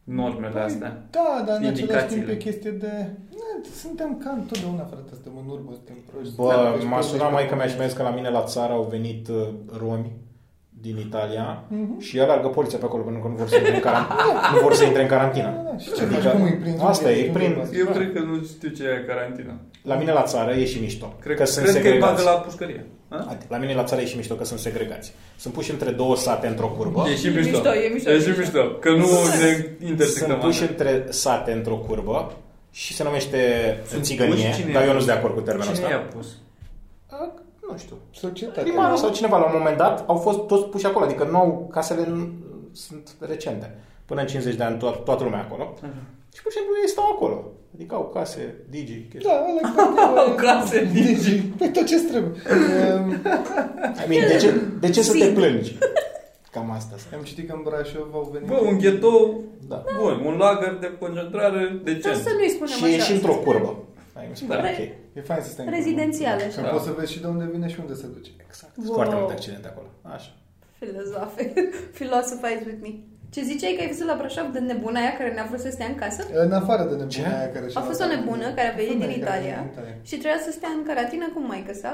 normele astea. da, dar în același timp Indicațiile. e chestie de... Na, suntem ca întotdeauna, frate, suntem în urmă, suntem proști. suntem Bă, Da, proști, deci m-a sunat proști. mai că mi-aș că la mine la țară au venit uh, romi din Italia Mhm. și alargă poliția pe acolo pentru că nu vor să intre în, <laughs> caran- nu vor să intre în Da, carantină. da, și ce faci? Cum îi prinzi? Asta e, Unde îi prind. îi prinzi? Eu cred că nu știu ce e carantina. La mine la țară e și mișto. Cred că că, sunt cred că e bagă segregați. la pușcărie. A? Adică, La mine la țară e și mișto că sunt segregați. Sunt puși între două sate într-o curbă. E și E mișto. mișto, e mișto, E e și mișto. mișto. Că nu ne Sunt intersectăm. puși alea. între sate într-o curbă și se numește Sunt țigănie, puși? Cine dar i-a eu nu pus? sunt de acord cu termenul Cine i-a ăsta. pus? A, Nu știu. Primarul Societatea. sau cineva la un moment dat au fost toți puși acolo, adică nu au, casele nu, sunt recente. Până în 50 de ani toată, toată lumea acolo. Și pur și simplu ei stau acolo. Adică au case, digi, chestii. <laughs> Da, ăla Au case Digi. Păi tot ce trebuie. Ehm, Da. I mean, de ce, de ce să te plângi? Cam asta. Am citit că în Brașov au venit... Bă, un ghetou Da. bun, un lagăr de concentrare Dar să decent. nu-i spunem Și așa. Păi, e și într-o curbă. Ai, mi se pare Da. ok. E fain să stai în Rezidențială, curbă. Da. așa. Că poți să vezi și de unde vine și unde se duce. Exact. Wow. Foarte multe accidente acolo. Așa. Filozofe. <laughs> Philosophize with me. Ce ziceai că ai văzut la Brașov de nebuna aia care ne-a vrut să stea în casă? În afară de nebuna Ce? aia care și-a A fost o luat- nebună care a venit Nebuna din aia care a venit Italia din Italia. și trebuia să stea în carantină cu maică sa.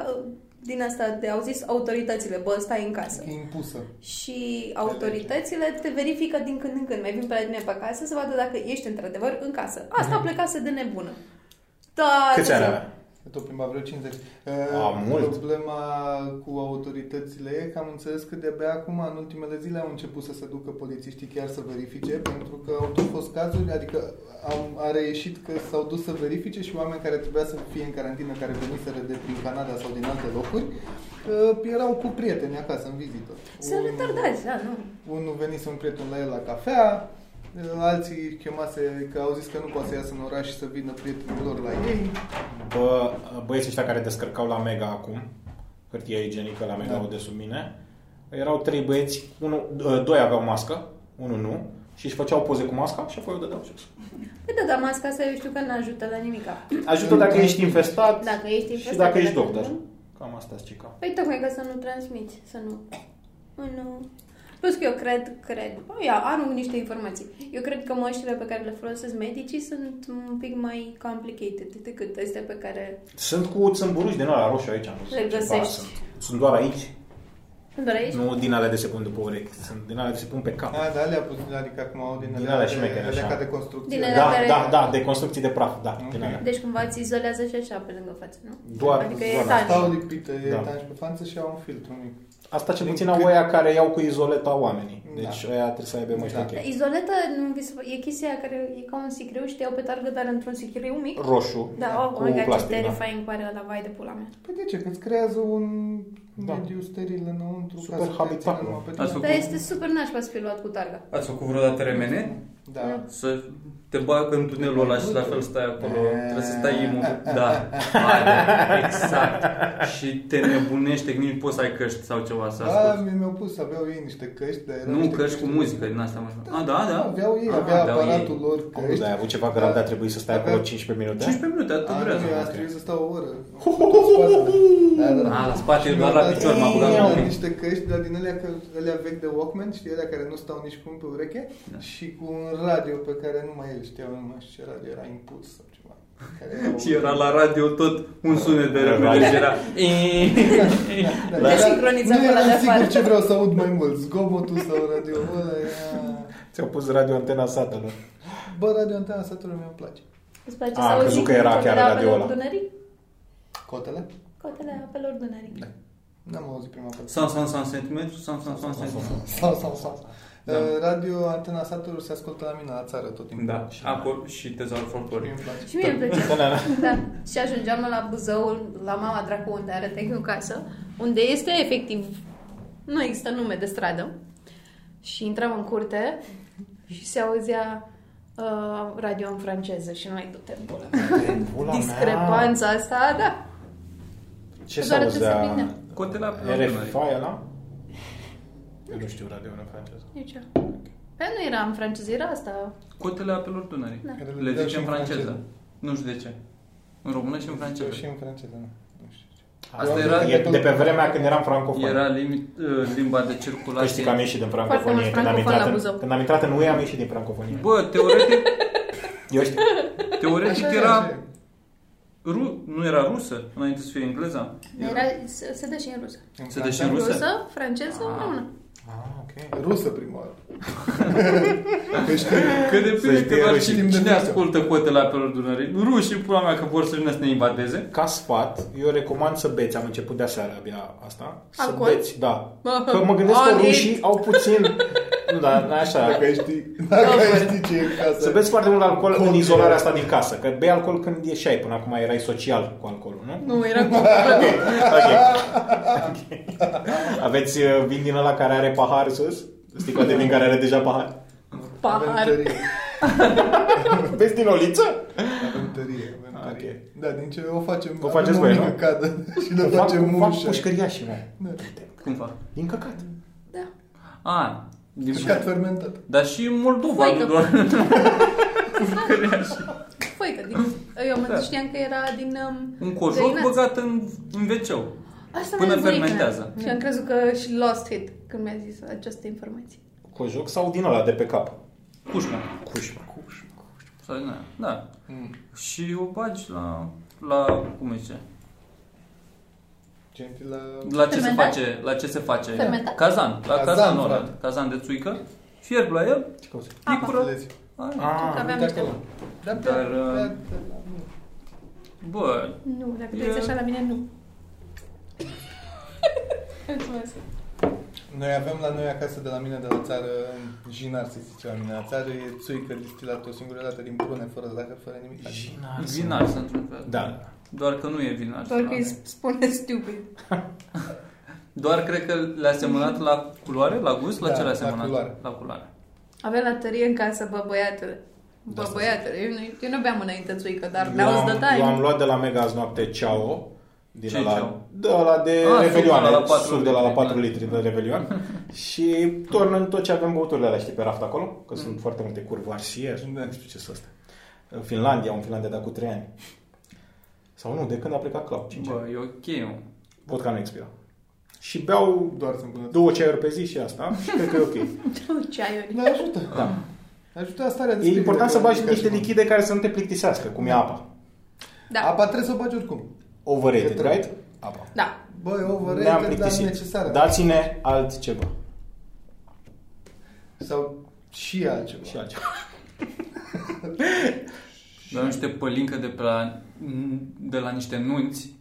Din asta de au zis autoritățile, bă, stai în casă. E impusă. Și autoritățile te verifică din când în când. Mai vin pe la tine pe acasă să vadă dacă ești într-adevăr în casă. Asta a plecat să de nebună. Da, Mhm. Câți ce ani zic? avea? E tot plimba vreo 50. A, mult. Problema cu autoritățile e că am înțeles că de-abia acum, în ultimele zile, au început să se ducă polițiștii chiar să verifice, pentru că au tot fost cazuri, adică am, a reieșit că s-au dus să verifice și oameni care trebuia să fie în carantină, care veniseră de prin Canada sau din alte locuri, uh, erau cu prieteni acasă, în vizită. Sunt Un- retardați, da, nu. unul venise un prieten la el la cafea, alții chemase că au zis că nu poate să iasă în oraș și să vină prietenii lor la ei. Bă, băieții ăștia care descărcau la Mega acum, hârtia igienică la Mega Da. da. de sub mine, erau trei băieți, unu, d- doi aveau mască, unul nu, și își făceau poze cu masca și apoi o dădeau jos. Păi da, dar masca asta eu știu că nu ajută la nimica. Ajută dacă ești infestat Dacă ești și infestat, dacă ești dacă doctor. nu. Cam asta e cica. Păi tocmai ca să nu transmiți, să nu... Păi nu... Plus că eu cred, cred, bă, ia, am niște informații. Eu cred că măștile pe care le folosesc medicii sunt un pic mai complicated decât astea pe care Sunt cu țâmburuși din ăla roșu aici. am văzut Le ceva, găsești. Sunt, sunt doar aici, sunt doar aici. nu din alea de se pun după urechi, sunt din alea de se pun pe cap. A, da, le-a pus, adică acum au din Din alea alea de- șmechere, alea așa. ca de construcție. Din alea Da, care- da, da, de construcții de praf, da, din Ok. alea. Deci cumva îți izolează și așa pe lângă față, nu? Doar adică e zona etanș. asta. Stau lipită, e Da. da. pe față și au un filtru mic. Asta ce Din puțin au cât- oia care iau cu izoleta oamenii. Da. Deci oia trebuie să aibă măști Da. ok. Izoleta nu vi se... e chestia aia care e ca un sicriu și te iau pe targă, dar într-un sicriu mic. Roșu. Da, oh, cu oh my god, ce plastic, da. terrifying pare ăla, vai de pula mea. Păi de ce? Că îți creează un da. da. mediu steril înăuntru. Super ca să te habitatul. țină numai pe Ați tine. făcut- Dar este super nașpa să fi luat cu targa. Ați făcut vreodată remene? Da. Să te bagă în tunelul ăla și la fel stai acolo, trebuie să stai imobil. Da, Hai, da, exact. Și te nebunește, că nici nu poți să ai căști sau ceva să Da, asculti. mi- mi-au pus, aveau ei niște căști, dar erau Nu niște căști cu muzică din asta, mă. A, da, da. Aveau ei, A, avea aveau ei. aparatul lor Cum, căști. da, ai avut ceva grab, dar trebuie să stai Avea- acolo 15 minute? 15 minute, atât A, durează. Ah, nu, eu azi trebuie să stau o oră. Am făcut o spate. Da, da, da. A, la spate, eu Și doar mi-au la dat- picior m-am mi-au băgat un dat pic. niște căști, dar din alea, că- alea vechi de Walkman, știi, alea care nu stau nici cum pe ureche, Da. și cu un radio pe care numai el știa, nu mai știu ce radio, era impuls sau ceva. Care era o- Și era la radio tot un sunet de remele și era... Da, Te era- sincroniza Nu cu ăla eram de sigur afară. ce vreau să aud mai mult, zgomotul sau radio ăla era... Ți-au pus radio antena satelor. Bă, radio antena satului mi-o place. Îți place A, să auzi crezut că era cotele chiar radio apelor ăla. Dunării? Cotele? Cotele apelor Dunării. Da. N-am auzit prima dată. San, san, san, sentimetru, san, san, san, sentimetru. Sau, sau, sau. Da. Uh, Radio Antena Satului se ascultă la mine la țară tot timpul. Da, Și acolo și tezarul mi folcloric. îmi place. Și mie îmi plăcea. Da, da, da. Da. Și ajungeam la Buzăul, la mama dracu, unde are tehnic în casă, unde este efectiv, nu există nume de stradă. Și intram în curte și se auzea uh, radio în franceză și noi tot timpul. Pula mea. Discrepanța asta, da. Ce Doar s-a atât să auzea? vină. Cotele RFI apelor. ăla? Eu nu știu radio în franceză. Nici eu. Păi nu era în franceză, era asta. Cotele apelor Dunării. Da. Le dau și zice în franceză. Nu știu de ce. În română și în Dau Și franceză. în franceză, nu. Nu știu ce. Asta Eu era, am E de pe vremea când eram francofon. era limit, uh, limba de Că știi că am circulație. ieșit din Foarte francofonie. mult Când am, francofon intrat la în, Buzău. când am intrat în UE, am ieșit din francofonie. Bă, teoretic, Eu știu. teoretic Așa e, așa era... e. Ru, nu era rusă, înainte să fie engleza? Era, se, se dă și în rusă. În Se dă și franceză. în Rusă? Rusă, franceză, Ah. română. Ah, ok. Rusă prima oară. Că știu. Că depinde știe că doar rușii. cine, Timp de cine viață. ascultă cotele apelor Dunării. Rușii, pula mea, că vor să vină să ne invadeze. Ca sfat, eu recomand să beți, am început de aseară abia asta, să Alcool? beți, da. Că mă gândesc că All in. rușii au puțin, nu, dar așa, Dacă ai ști, dacă ai ști ce e în casă. Da. să beți foarte mult alcool în Cum? izolarea asta din casă, că bei alcool când ieșeai, până acum erai social cu alcoolul, nu? Nu, era cu... <laughs> Ok. Aveți uh, vin din ăla care are pahar sus? Sticla de vin care are deja pahar? Pahar. Avem tărie. Vezi din oliță? Avem tărie. avem Ah, tărie. Da, din ce o facem. O faceți avem o voi, mică nu? cadă <laughs> și le facem fac ușă. pușcăriașii, mă. Da. Cum fac? Din căcat. Da. A, din Căcat fermentat. Dar și în Moldova, Foică. nu doar. <laughs> Foică, din... Eu mă știam că era din... Um, Un cojoc găinață. băgat în, în weceu. Asta Până mi-a zis bunica. fermentează. Și am crezut că și lost hit când mi-a zis această informație. Cojoc sau din ăla de pe cap? Cușma. Cușma. Sau din aia. Da. Mm. Și o bagi la, la cum îi zice? Gentil la... La ce se Fermentat? face? La ce se face? Fermentat? Cazan. La Cazan, cazan, ăla. frate. Cazan de țuică. Fierb la el. Ce cauze? Picură. Lezi. Aia. Că Ah, aveam Uite niște... acolo. Da, Dar, uh, da, da, da. Bă, Nu, dacă te Eu- uiți așa la mine, nu. Mulțumesc. Noi avem la noi acasă de la mine de la țară, jinar se zice la mine la țară, e țuică distilată o singură dată din prune, fără zahăr, fără nimic. vinar sunt într-un fel. Da. Doar că nu e vinar. Doar că îi spune stupid. Doar cred că le-a semănat la culoare, la gust, la Da, ce le-a la semănat? culoare. La culoare. Avea la tărie în casă, bă, băiatule. Bă, asta băiatule, eu nu, eu nu beam înainte țuică, dar Eu mi-au am, zis de eu am tai. luat de la Mega azi noapte ceao. Din Ce ceau? ăla, de ăla de Ah, Revelioane, suc de la la patru suc de la, la litri, 4 da. litri de <laughs> Revelion și tornăm tot ce avem băuturile alea, știi, pe raft acolo, că Mm. sunt foarte multe curvă arsier, Da. nu știu ce sunt astea. În Finlandia, în Finlandia de cu 3 ani. Sau nu, de când a plecat Clau, 5 ani. Bă, e ok, mă. Vodka nu expira. Și beau Doar să îmbunătăți. două ceaiuri pe zi și asta și cred că e <laughs> ok. Ceaiuri. Da, ajută. Da. Ajută starea de E spirit important de să bagi ca niște și cum. lichide care să nu te plictisească, cum e apa. Da, Apa trebuie să o bagi oricum. Overrated, Că trebuie. right? Apa. da. Bă, e Ne-am overrated, dar plictisit. Da. necesară. Dați-ne altceva. Sau și altceva. Și altceva. Dar niște pălincă de, pe la, de la niște nunți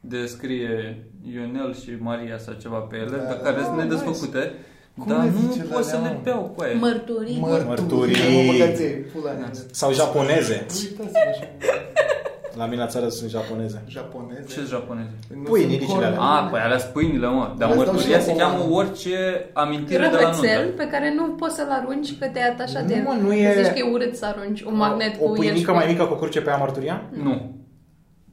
de scrie Ionel și Maria sau ceva pe ele, Da, dar da. care sunt Oh, nedesfăcute, Cum dar le nu zice la pot să alea, le mă? beau cu aia. Mărturii. Mărturii. Mărturii. Mă băgați ei, pula mea. Sau japoneze. Uitați-vă așa. La mine la țară sunt japoneze. japoneze. Păi, Ce japoneze? Nu Pui, sunt ninicile corne. alea. A, păi alea sunt pâinile, mă. Dar Asta mărturia și se eu, cheamă oameni. orice amintire de la Răvățel nuntă. pe care nu poți să-l arunci că te-ai atașat Nu, de el. mă, nu Că e- Zici că e urât să arunci un magnet o, o cu el. și pâinică cu- mai mică cu curce pe ea mărturia? Nu.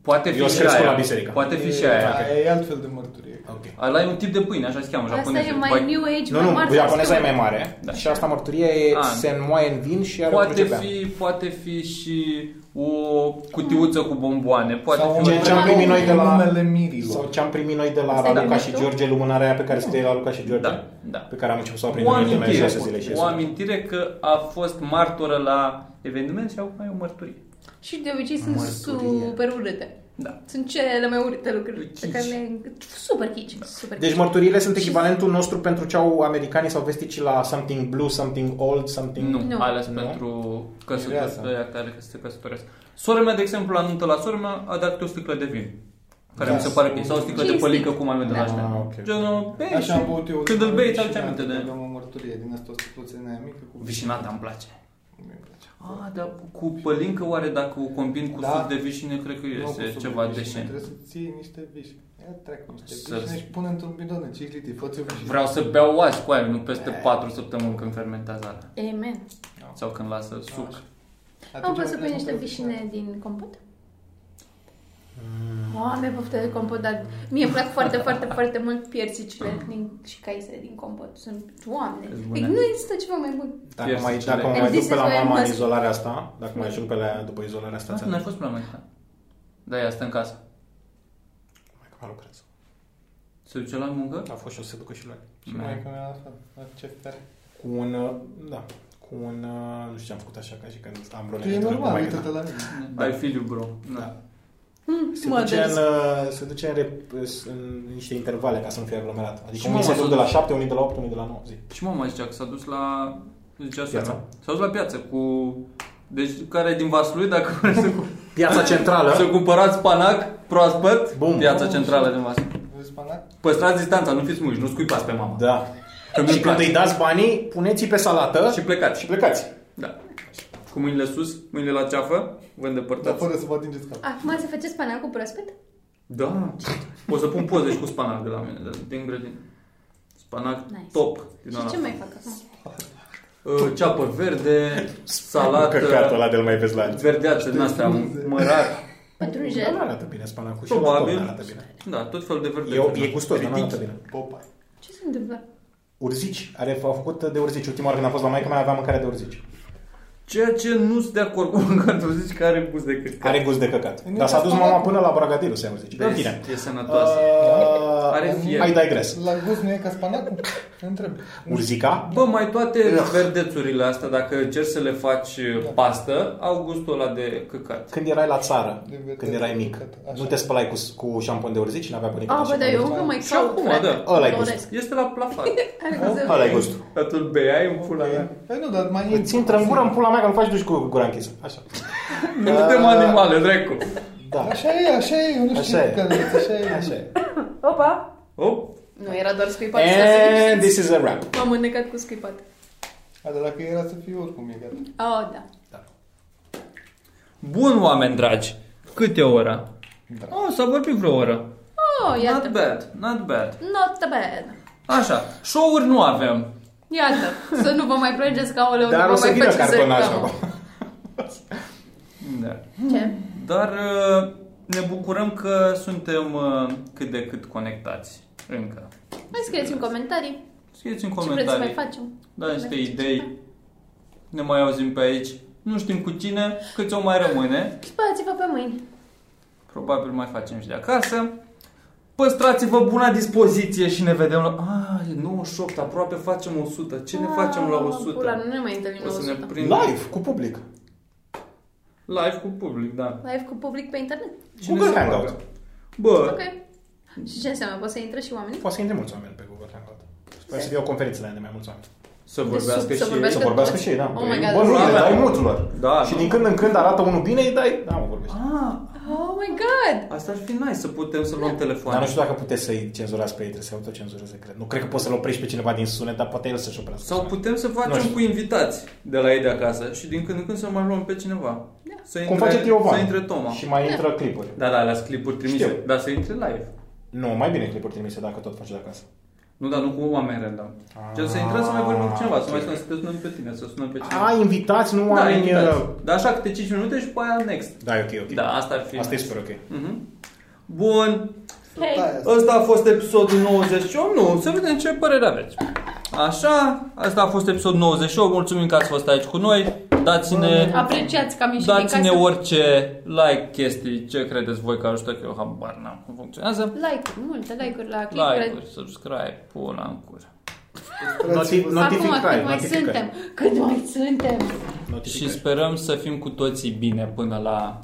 Poate fi Eu și sunt crescut aia. la biserică. Poate fi și E- aia. da, E altfel de mărturie. Ok. Ala e un tip de pâine, așa se cheamă, Asta japoneză. e mai Bai- new age, Nu, Deci mai nu, mare. japoneza e mai mare Da. și asta mărturia e A. se înmoaie în vin și are o Poate curce pe ea. fi, poate fi și o cutiuță cu bomboane, poate Sau fi Ce- ce-am numele- primit noi de la- numele Sau mirilor. ce am primit noi de la Asta e Luca și mitul? George, lumânarea aia pe care scrie la Luca și George? Da, da. Pe care am început să o o aprindem în ultimele amintire, șase zile și o iese. amintire că a fost martoră la eveniment și acum e o mărturie. Și de obicei sunt Mărturie. super urâte. Da. Sunt cele mai urâte lucruri. Chici. Pe care le... Super chici. Super Deci mărturiile sunt echivalentul nostru pentru ce au americanii sau vesticii la something blue, something old, something... Nu, Nu. ales Nu? pentru Mireasa. căsătoria care se căsătoresc. Sora mea, de exemplu, la nuntă la sora mea a dat o sticlă de vin. Care Da. mi se pare bine. Sau o sticlă Ce de este? pălincă cu mai mult de Da. la șmean. Ah, ok. Genul, bei Așa Păi, și am băut eu. când îl bei, îți aduce și aminte de Aveam o mărturie din asta o sticluță în aia mică cu... Vișinata îmi place. Mi-e place. Ah, dar cu pălincă oare dacă o combin cu Da. suc de vișine, cred că Nu, cu Păi, este sucul ceva vișine. deșe. Trebuie să ții niște vișini. Ia trec cu niște Să- vișini și pune într-un bidon de 5 litri. Fă-ți o vișină. Vreau să beau azi cu aia, nu peste 4 săptămâni când fermentează alea. Amen. Sau când lasă suc. Așa. Am Atunci vrut să am pui niște prins vișine din compot? Mm. Oh, mi-e poftă de compot, dar mie îmi plac foarte, foarte, foarte mult piersicile din, și caisele din compot. Sunt oameni. Sunt bune. Deci nu există ceva mai bun. Dacă mai, Piersicile. dacă mă And mai duc this pe la is where mama în must- izolarea asta, dacă Da. mai ajung pe la ea după izolarea asta, Asta ți-am n-ai zis. da. fost până la America. Da, ea stă în casă. Mai că mai lucrez. Se duce la muncă? A fost și o să se ducă și la ea. Și mai că mi-a la fel. La ce tare. Cu un, uh, da, cu un, uh, nu știu ce am făcut așa, ca și când am vreo Tu e legătură cu normal, maică uită-te ta. la mine. Da. I feel you, bro. Da. Da. Se duce, în, uh, se duce în, rep- în niște intervale ca să nu fie aglomerat. Adică Și unii mama se s-a duc de la dus. 7, unii de la 8, unii de la 9, zi. Și mama zicea că s-a dus la... Zicea Piața. piața. S-a dus la piață cu... Deci care e din Vaslui, dacă vreți să, cu- Piața să centrală. cumpărați panac proaspăt, Bun. piața centrală din Vaslui. Vezi spanac? Păstrați distanța, nu fiți muși, nu scuipați pe mama. Da. Că mi-e Și când place. îi dați banii, puneți-i pe salată Și plecați. și plecați. Da. Cu mâinile sus, mâinile la ceafă, vă Dar îndepărtați. fără să vă atingeți capul. Acum se face spanac cu proaspăt? Da. O să pun poze și cu spanac de la mine, de, din grădină. Spanac Nice. top. Din Și ăla. ce mai fac acum? Uh, Ceapă verde, Căcatul salată, ăla de-l mai vezi la alții. verdeață din astea, mărar. Pentru un Dar nu gel? Da. arată bine spanacul și Probabil. nu arată bine. Da, tot felul de verde. E, e gustos, dar nu arată Ridic. bine. Popeye. Ce se întâmplă? Urzici. Are, a făcut de urzici. Ultima oară când am fost la maică mea avea mâncare de urzici. Ceea ce nu sunt de acord cu <laughs> mâncatul, zici că are gust de căcat. Are gust de căcat. Nu Dar s-a dus te-a mama spălat. până la bragadiru să ia urzici. În Vezi, fine. E sănătoasă. Uh, Are fier. I digress. La gust nu e ca spanacul? Întreb. Urzica. Bă, mai toate verdețurile astea, dacă încerci să le faci uh, Da. pastă, au gustul ăla de căcat. Când erai la țară, De vedere, când erai mic, căcat, așa. nu te spălai cu, cu șampon de urzici? N-avea Da, bunica A, ta bă, șampon dar de eu urzici? încă mai Și caut. acum, frate. da. Ăla-i Doresc. gustul. Este la <laughs> plafar. Are gustul. Ăla e gustul. Atunci beai în pula mea. Uh, Păi nu, dar mai e... Îți intră în gură, în pula mea, că nu faci duș cu gura închisă. Așa. Nu suntem animale, dracu. Da. Așa e, așa e, eu nu știu Așa e. care e, așa e. Așa e. Opa! Op. Nu, era doar scuipat. And să this is a wrap. M-am înnecat cu scuipat. A, dar dacă era să fie oricum, e gata. Oh, da. Bun, oameni dragi. Câte ora? Da. Oh, s-a vorbit vreo oră. Oh, iată. Not bad, not bad. Not bad. Așa, show-uri nu avem. Iată, să nu vă mai plângeți ca oleu, Dar nu o vă să mai vină faceți cartonașul reclamă. acum. Da. Ce? Dar uh, ne bucurăm că suntem uh, cât de cât conectați încă. Mai scrieți în comentarii, Scrieți în ce vreți să comentarii, mai facem. dați niște idei, ne mai auzim pe aici. Nu știm cu cine, câți o mai rămâne. Spălați-vă pe mâini. Probabil mai facem și de acasă. Păstrați-vă buna dispoziție și ne vedem la... Ah, e 98, aproape facem 100. Ce ne facem la Ah, Pula, 100? nu ne mai întâlnim O la să ne 100. prind Live, cu public. live cu public, da. Live cu public pe internet. Cine Google se Hangout. bagă? Bă, Ok. Și ce înseamnă? Pot să intre și oamenii? Poate să intre mulți oameni pe Google Hangout. Sper Exact. să fie o conferință de mai mulți oameni. să De vorbească sub- și să ei. vorbească Să vorbească toți. și ei, da. Oh Păi, my God. Bă, nu, Da, le da. dai mulților. Da, Și da. din când în când arată unul bine, îi dai... Da, mă, vorbește. Ah, Oh my god! Asta ar fi nice să putem să Da. luăm Dar nu telefoane. știu dacă puteți să-i cenzurați pe ei, trebuie să autocenzureze, cred. Nu cred că poți să-l oprești pe cineva din sunet, dar poate el să-și oprească. Sau putem să Nu facem știu. cu invitați de la ei de acasă și din când în când să mai luăm pe cineva. Da. Să Cum face Tiovan. Să intre Toma. Și mai intră clipuri. Da, da, alea clipuri trimise. Știu. Dar să intre live. Nu, mai bine clipuri trimise dacă tot faci de acasă. Nu, dar nu cu oameni random. Gen să intrăm să mai vorbim cu cineva, să Ah, mai sunăm, să te sunăm pe tine, să sunăm pe cineva. A, invitați, nu da, oameni... invitați. uh, Dar așa câte 5 minute și după aia next. Da, e ok, ok. Da, asta ar fi. Asta e super ok. Mhm. Bun, Da, Aia. Ăsta a fost episodul 98. Nu, să vedem ce părere aveți. Așa, asta a fost episodul 98. Mulțumim că ați fost aici cu noi. Dați-ne, Apreciați că am ieșit din dați-ne casă. orice like, chestii, ce credeți voi că ajută, că eu habar n-am cum funcționează. Like-uri, multe like-uri la clipuri. Like-uri, subscribe, pula în cură. Noti- Acum notificare, cât mai notificare. suntem, cât mai suntem. Și Notificare. sperăm să fim cu toții bine până la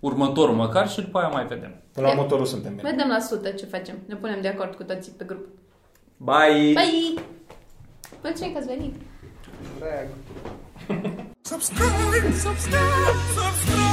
următorul măcar și după aia mai vedem. Până la motorul suntem bine. Vedem la 100 ce facem. Ne punem de acord cu toții pe grup. Bye! Bye! Mulțumim că ați venit! Drag. Subscribe, subscribe, subscribe.